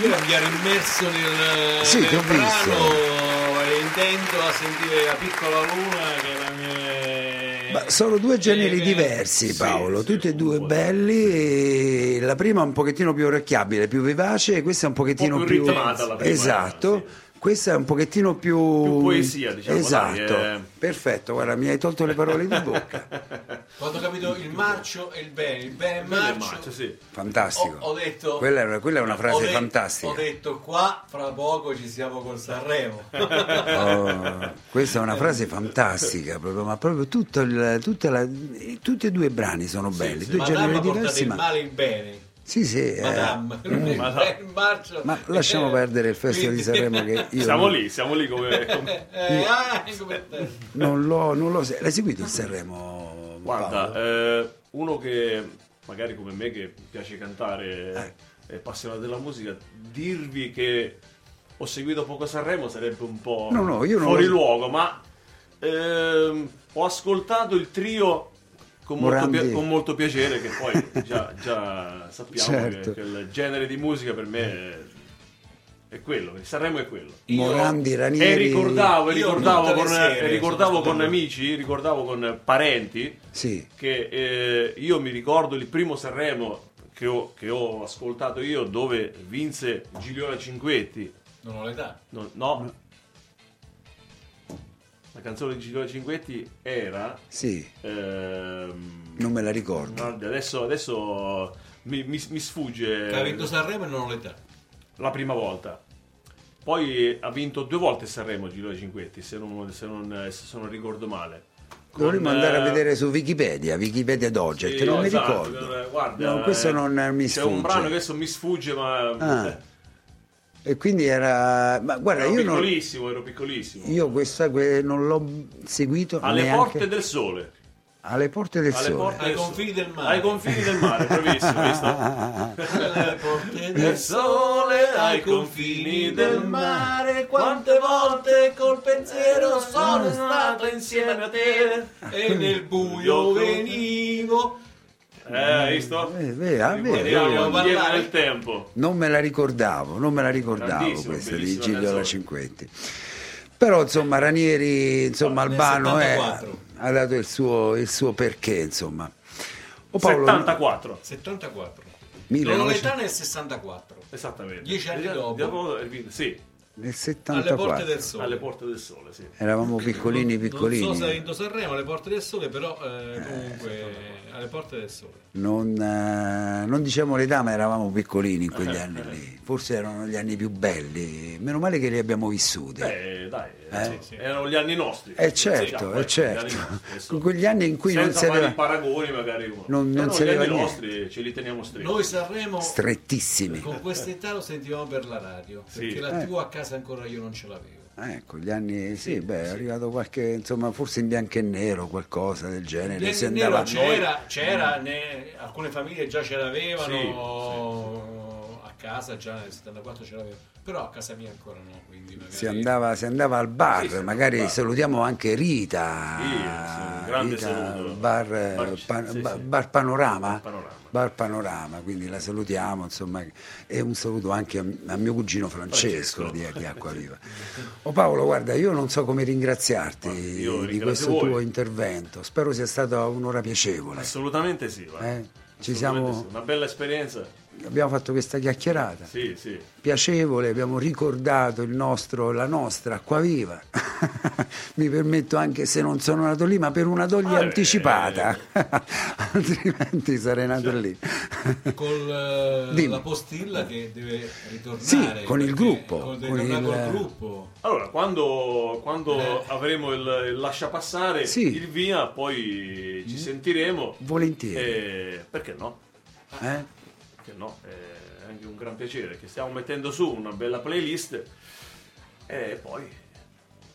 Speaker 7: Io ero- mi ero immerso nel,
Speaker 3: Sì,
Speaker 7: nel
Speaker 3: ti ho visto.
Speaker 7: brano e intento a sentire la piccola luna che è la mia.
Speaker 3: Ma sono due generi
Speaker 7: Eh,
Speaker 3: diversi,
Speaker 7: sì,
Speaker 3: Paolo,
Speaker 7: sì,
Speaker 3: tutti e
Speaker 7: un
Speaker 3: due
Speaker 7: po'
Speaker 3: belli. e La prima è un pochettino più orecchiabile, più vivace, e questa è un pochettino
Speaker 4: più
Speaker 3: più.
Speaker 4: ritmata la prima, eh,
Speaker 3: esatto. Questa è un pochettino più.
Speaker 4: Più poesia, diciamo,
Speaker 3: Esatto.
Speaker 4: dai, eh.
Speaker 3: Perfetto, guarda, mi hai tolto le parole di bocca.
Speaker 7: Quando ho capito il marcio e il bene, il bene è
Speaker 4: Bene,
Speaker 7: marcio.
Speaker 4: Marcio, sì.
Speaker 3: Fantastico.
Speaker 7: Ho, ho detto.
Speaker 3: Quella è una, quella è una frase
Speaker 7: ho de-
Speaker 3: fantastica.
Speaker 7: Ho detto qua fra poco ci siamo con Sanremo.
Speaker 3: Oh, questa è una frase fantastica, proprio, ma proprio tutto il- tutta la- tutti e due i brani sono belli, due
Speaker 7: Madame
Speaker 3: generi
Speaker 7: ha portato
Speaker 3: diversi,
Speaker 7: il
Speaker 3: ma
Speaker 7: male e il bene.
Speaker 3: sì, sì, eh.
Speaker 7: Madame, il bene, il marcio.
Speaker 3: ma lasciamo perdere il Festival di Sanremo che io
Speaker 4: Siamo
Speaker 3: non,
Speaker 4: lì, siamo lì come... come-
Speaker 7: Eh, ah, come te.
Speaker 3: non l'ho, non l'ho se- l'hai seguito il Sanremo?
Speaker 4: Guarda,
Speaker 3: Paolo?
Speaker 4: eh, uno che magari come me che piace cantare
Speaker 3: Eh.
Speaker 4: è appassionato della musica, dirvi che ho seguito poco Sanremo sarebbe un po'
Speaker 3: No, no, io non
Speaker 4: fuori
Speaker 3: lo-
Speaker 4: luogo, ma ehm, ho ascoltato il trio con molto,
Speaker 3: Morandi.
Speaker 4: pia- con molto piacere, che poi già, già sappiamo
Speaker 3: Certo.
Speaker 4: che quel genere di musica per me è, è quello, il Sanremo è quello.
Speaker 7: io-
Speaker 3: Morandi, Ranieri,
Speaker 4: E ricordavo, e
Speaker 7: Io
Speaker 4: ricordavo,
Speaker 7: tutte le
Speaker 4: con,
Speaker 7: sere
Speaker 4: e ricordavo
Speaker 7: sono
Speaker 4: con
Speaker 7: stato-
Speaker 4: amici, ricordavo con parenti
Speaker 3: sì,
Speaker 4: che eh, io mi ricordo il primo Sanremo che ho, che ho ascoltato io dove vinse Gigliola Cinquetti.
Speaker 7: Non ho l'età.
Speaker 4: No, no. La canzone di Gigliola Cinquetti era...
Speaker 3: sì,
Speaker 4: ehm,
Speaker 3: non me la ricordo.
Speaker 4: guarda, adesso adesso mi, mi- mi sfugge
Speaker 7: Che ha vinto Sanremo e non ho l'età.
Speaker 4: la prima volta. Poi ha vinto due volte Sanremo Gigliola Cinquetti, se non, se non, eh, se non ricordo male. Con,
Speaker 3: Dovremmo andare a
Speaker 4: eh,
Speaker 3: vedere su Wikipedia, Wikipedia Dodger,
Speaker 4: Sì,
Speaker 3: che non mi
Speaker 4: esatto,
Speaker 3: ricordo.
Speaker 4: eh, guarda,
Speaker 3: No, questo
Speaker 4: eh,
Speaker 3: non eh, mi
Speaker 4: C'è
Speaker 3: sfugge.
Speaker 4: un brano che adesso mi sfugge, ma
Speaker 3: Ah,
Speaker 4: eh,
Speaker 3: E quindi era... Ma guarda,
Speaker 4: ero
Speaker 3: io non...
Speaker 4: piccolissimo, ero piccolissimo.
Speaker 3: Io questa que- non l'ho seguito
Speaker 4: Alle
Speaker 3: neanche...
Speaker 4: porte del sole.
Speaker 3: Alle porte del
Speaker 4: Alle
Speaker 3: sole.
Speaker 4: porte
Speaker 7: Ai
Speaker 4: del
Speaker 7: confini
Speaker 4: sole.
Speaker 7: del mare.
Speaker 4: Ai confini del mare, bravissimo, hai visto? Eh,
Speaker 7: Alle porte
Speaker 4: Del
Speaker 7: del
Speaker 4: sole ai confini del mare, quante volte Eh, col pensiero sono stato insieme a te.
Speaker 7: e nel buio venivo.
Speaker 4: Eh, hai visto?
Speaker 3: Eh, vedi, ah, vedi,
Speaker 4: Andiamo
Speaker 7: vedi.
Speaker 4: indietro nel tempo.
Speaker 3: Non me la ricordavo, non me la ricordavo
Speaker 4: Grandissima,
Speaker 3: questa di
Speaker 4: bellissima
Speaker 3: Gigliola
Speaker 4: canzone.
Speaker 3: Cinquetti. Però insomma Ranieri, insomma
Speaker 7: Nel
Speaker 3: Albano eh,
Speaker 7: 74.
Speaker 3: ha dato il suo, il suo perché, insomma. Oh, Paolo,
Speaker 4: 74.
Speaker 7: 74. Non ho
Speaker 3: 1900
Speaker 7: l'età nel 64.
Speaker 4: Esattamente.
Speaker 7: Dieci anni dopo.
Speaker 4: eh, sì,
Speaker 3: nel
Speaker 7: Alle
Speaker 3: 74.
Speaker 7: porte del sole.
Speaker 4: alle porte del sole, sì.
Speaker 3: Eravamo piccolini, piccolini.
Speaker 7: Non so se ha vinto Sanremo alle porte del sole, però eh, comunque alle porte del sole.
Speaker 3: Non, eh, non diciamo l'età, ma eravamo piccolini in quegli anni lì. Forse erano gli anni più belli. Meno male che li abbiamo vissuti.
Speaker 4: Beh, dai,
Speaker 3: Eh?
Speaker 4: sì, sì. erano gli anni nostri.
Speaker 3: Eh certo, eh
Speaker 4: Sì, ah,
Speaker 3: certo.
Speaker 4: gli anni nostri, adesso.
Speaker 3: Con quegli anni in cui non
Speaker 4: Senza
Speaker 3: si
Speaker 4: fare i
Speaker 3: era
Speaker 4: paragoni magari. uno.
Speaker 3: Non- non
Speaker 4: Erano
Speaker 3: si
Speaker 4: gli
Speaker 3: aveva
Speaker 4: anni
Speaker 3: niente.
Speaker 4: nostri, eh, ce li teniamo stretti.
Speaker 7: Noi Sanremo
Speaker 3: strettissimi.
Speaker 7: con quest'età lo sentivamo per la radio,
Speaker 4: Sì.
Speaker 7: perché la
Speaker 3: Eh.
Speaker 7: TV a casa ancora io non ce l'avevo.
Speaker 3: Ecco, gli anni sì, beh, è arrivato qualche, insomma, forse in bianco e nero, qualcosa del genere.
Speaker 7: Nero
Speaker 3: Eh, si andava Mm.
Speaker 7: c'era, c'era ne- alcune famiglie già
Speaker 4: Sì,
Speaker 7: ce l'avevano a casa, già nel 74 ce l'avevano, però a casa mia ancora no, quindi magari...
Speaker 3: si andava, si andava al bar,
Speaker 4: Sì, sì,
Speaker 3: magari
Speaker 4: al bar.
Speaker 3: salutiamo anche Rita,
Speaker 4: Sì, sì, un grande saluto.
Speaker 3: bar, eh,
Speaker 4: Bar-
Speaker 3: pan-
Speaker 4: sì,
Speaker 3: ba-
Speaker 4: sì.
Speaker 3: Bar Panorama,
Speaker 4: Panorama.
Speaker 3: Bar Panorama, quindi la salutiamo insomma e un saluto anche a, a mio cugino Francesco, Di, di Acquaviva. Oh Paolo, guarda, io non so come ringraziarti
Speaker 4: Guarda, io
Speaker 3: di
Speaker 4: ringrazio
Speaker 3: questo
Speaker 4: voi.
Speaker 3: tuo intervento, spero sia stata un'ora piacevole.
Speaker 4: Assolutamente sì, va.
Speaker 3: eh? Ci
Speaker 4: Assolutamente
Speaker 3: siamo,
Speaker 4: sì. Una bella esperienza.
Speaker 3: abbiamo fatto questa chiacchierata
Speaker 4: Sì, sì.
Speaker 3: piacevole, abbiamo ricordato il nostro, la nostra acquaviva. Mi permetto anche se non sono nato lì, ma per una doglia
Speaker 4: Ah, eh.
Speaker 3: anticipata, altrimenti sarei nato lì.
Speaker 7: Con
Speaker 3: Dimmi.
Speaker 7: eh, la postilla che deve ritornare.
Speaker 3: Sì, con il
Speaker 7: perché-
Speaker 3: gruppo, con
Speaker 7: Con, deve tornare
Speaker 3: il-
Speaker 7: col gruppo.
Speaker 4: Allora, quando, quando avremo il, il lascia passare,
Speaker 3: Eh. Sì. Mm.
Speaker 4: il via, poi ci sentiremo. Eh.
Speaker 3: Volentieri,
Speaker 4: E perché no?
Speaker 3: eh?
Speaker 4: Perché no? È anche un gran piacere che stiamo mettendo su una bella playlist e poi...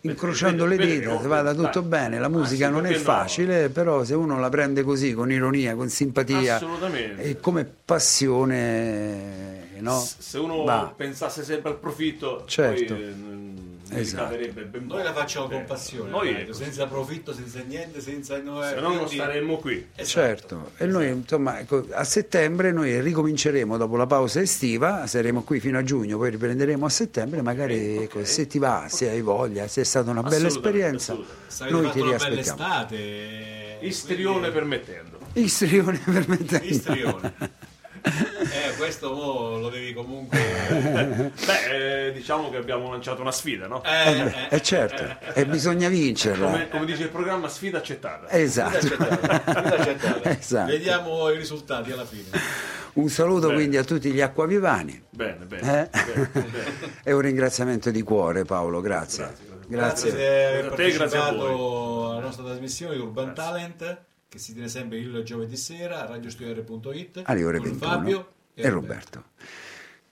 Speaker 3: incrociando le
Speaker 4: Vedremo,
Speaker 3: dita, se
Speaker 4: vedremo.
Speaker 3: vada tutto
Speaker 4: Dai.
Speaker 3: bene, la
Speaker 4: Ah,
Speaker 3: musica
Speaker 4: sì,
Speaker 3: non è
Speaker 4: perché no?
Speaker 3: facile, però se uno la prende così, con ironia, con simpatia
Speaker 4: Assolutamente.
Speaker 3: e come passione, no?
Speaker 4: S- Se uno
Speaker 3: Va.
Speaker 4: pensasse sempre al profitto,
Speaker 3: Certo.
Speaker 4: poi, eh, n- non
Speaker 3: Esatto.
Speaker 4: caverebbe ben
Speaker 7: Noi la
Speaker 4: poco.
Speaker 7: facciamo
Speaker 4: Eh,
Speaker 7: con passione,
Speaker 4: noi-
Speaker 7: dai, senza profitto, senza niente, senza... eh, Se
Speaker 4: se no non staremmo qui.
Speaker 7: Esatto.
Speaker 3: Certo, e noi insomma ecco, a settembre noi ricominceremo dopo la pausa estiva, saremo qui fino a giugno, poi riprenderemo a settembre, magari ecco, se ti va, se hai voglia, se è stata una bella
Speaker 4: Assolutamente,
Speaker 3: esperienza,
Speaker 4: assolutamente.
Speaker 7: Sarete
Speaker 3: noi
Speaker 7: fatto
Speaker 3: ti
Speaker 7: una bella
Speaker 3: riaspettiamo.
Speaker 7: estate. Eh,
Speaker 4: Istrione permettendo.
Speaker 3: Istrione permettendo.
Speaker 7: Istrione. Eh, questo mo lo devi comunque... eh,
Speaker 4: Beh, eh, diciamo che abbiamo lanciato una sfida, no?
Speaker 7: Eh,
Speaker 3: Eh,
Speaker 7: eh,
Speaker 3: eh, certo, e bisogna vincerla.
Speaker 4: Come, come dice il programma, sfida accettata.
Speaker 3: Esatto.
Speaker 7: certo,
Speaker 3: Esatto.
Speaker 7: Vediamo i risultati alla fine.
Speaker 3: Un saluto
Speaker 4: Bene.
Speaker 3: quindi a tutti gli acquavivani.
Speaker 4: Bene, bene.
Speaker 3: Eh?
Speaker 4: bene, bene.
Speaker 3: e un ringraziamento di cuore Paolo, grazie. Grazie.
Speaker 7: Grazie, di aver
Speaker 4: Grazie a te, grazie a
Speaker 7: partecipato alla nostra trasmissione di Urban Talent che si tiene sempre il giovedì sera a radiostudio.it
Speaker 3: Alle ore
Speaker 7: con
Speaker 3: 21
Speaker 7: Fabio
Speaker 3: e Roberto.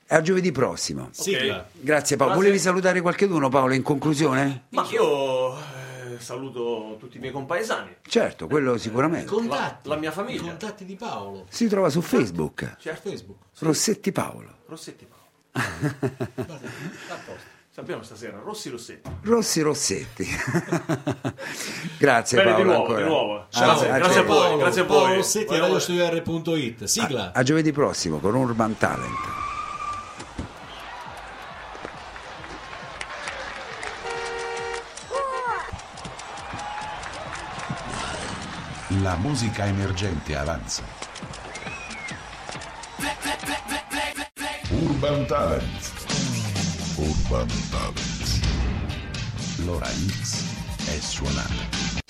Speaker 3: A giovedì prossimo.
Speaker 7: Sigla.
Speaker 4: Ok.
Speaker 3: Grazie Paolo.
Speaker 4: Grazie.
Speaker 3: Volevi salutare qualcheduno Paolo in conclusione?
Speaker 4: Ma io eh, saluto tutti i miei compaesani,
Speaker 3: Certo,
Speaker 4: Eh,
Speaker 3: quello sicuramente.
Speaker 7: Contatti.
Speaker 4: La- la mia famiglia.
Speaker 7: I contatti di Paolo
Speaker 3: Si trova su
Speaker 4: Certo.
Speaker 3: Facebook,
Speaker 7: su Facebook.
Speaker 3: Rossetti Paolo.
Speaker 4: Rossetti Paolo.
Speaker 7: Guarda, a posto.
Speaker 4: Sappiamo stasera, Rossi Rossetti.
Speaker 3: Rossi Rossetti. grazie
Speaker 4: Bene,
Speaker 3: Paolo
Speaker 4: di nuovo,
Speaker 3: ancora.
Speaker 4: di nuovo.
Speaker 3: Ciao,
Speaker 4: Grazie,
Speaker 3: a
Speaker 4: grazie a
Speaker 3: te.
Speaker 4: voi, grazie a voi.
Speaker 7: Paolo Rossetti,
Speaker 4: Volevo-
Speaker 7: radiostudio.it. Sigla.
Speaker 3: A giovedì prossimo con Urban Talent.
Speaker 2: La musica emergente avanza. Urban Talent. Urban Talent. L'ora X è suonata.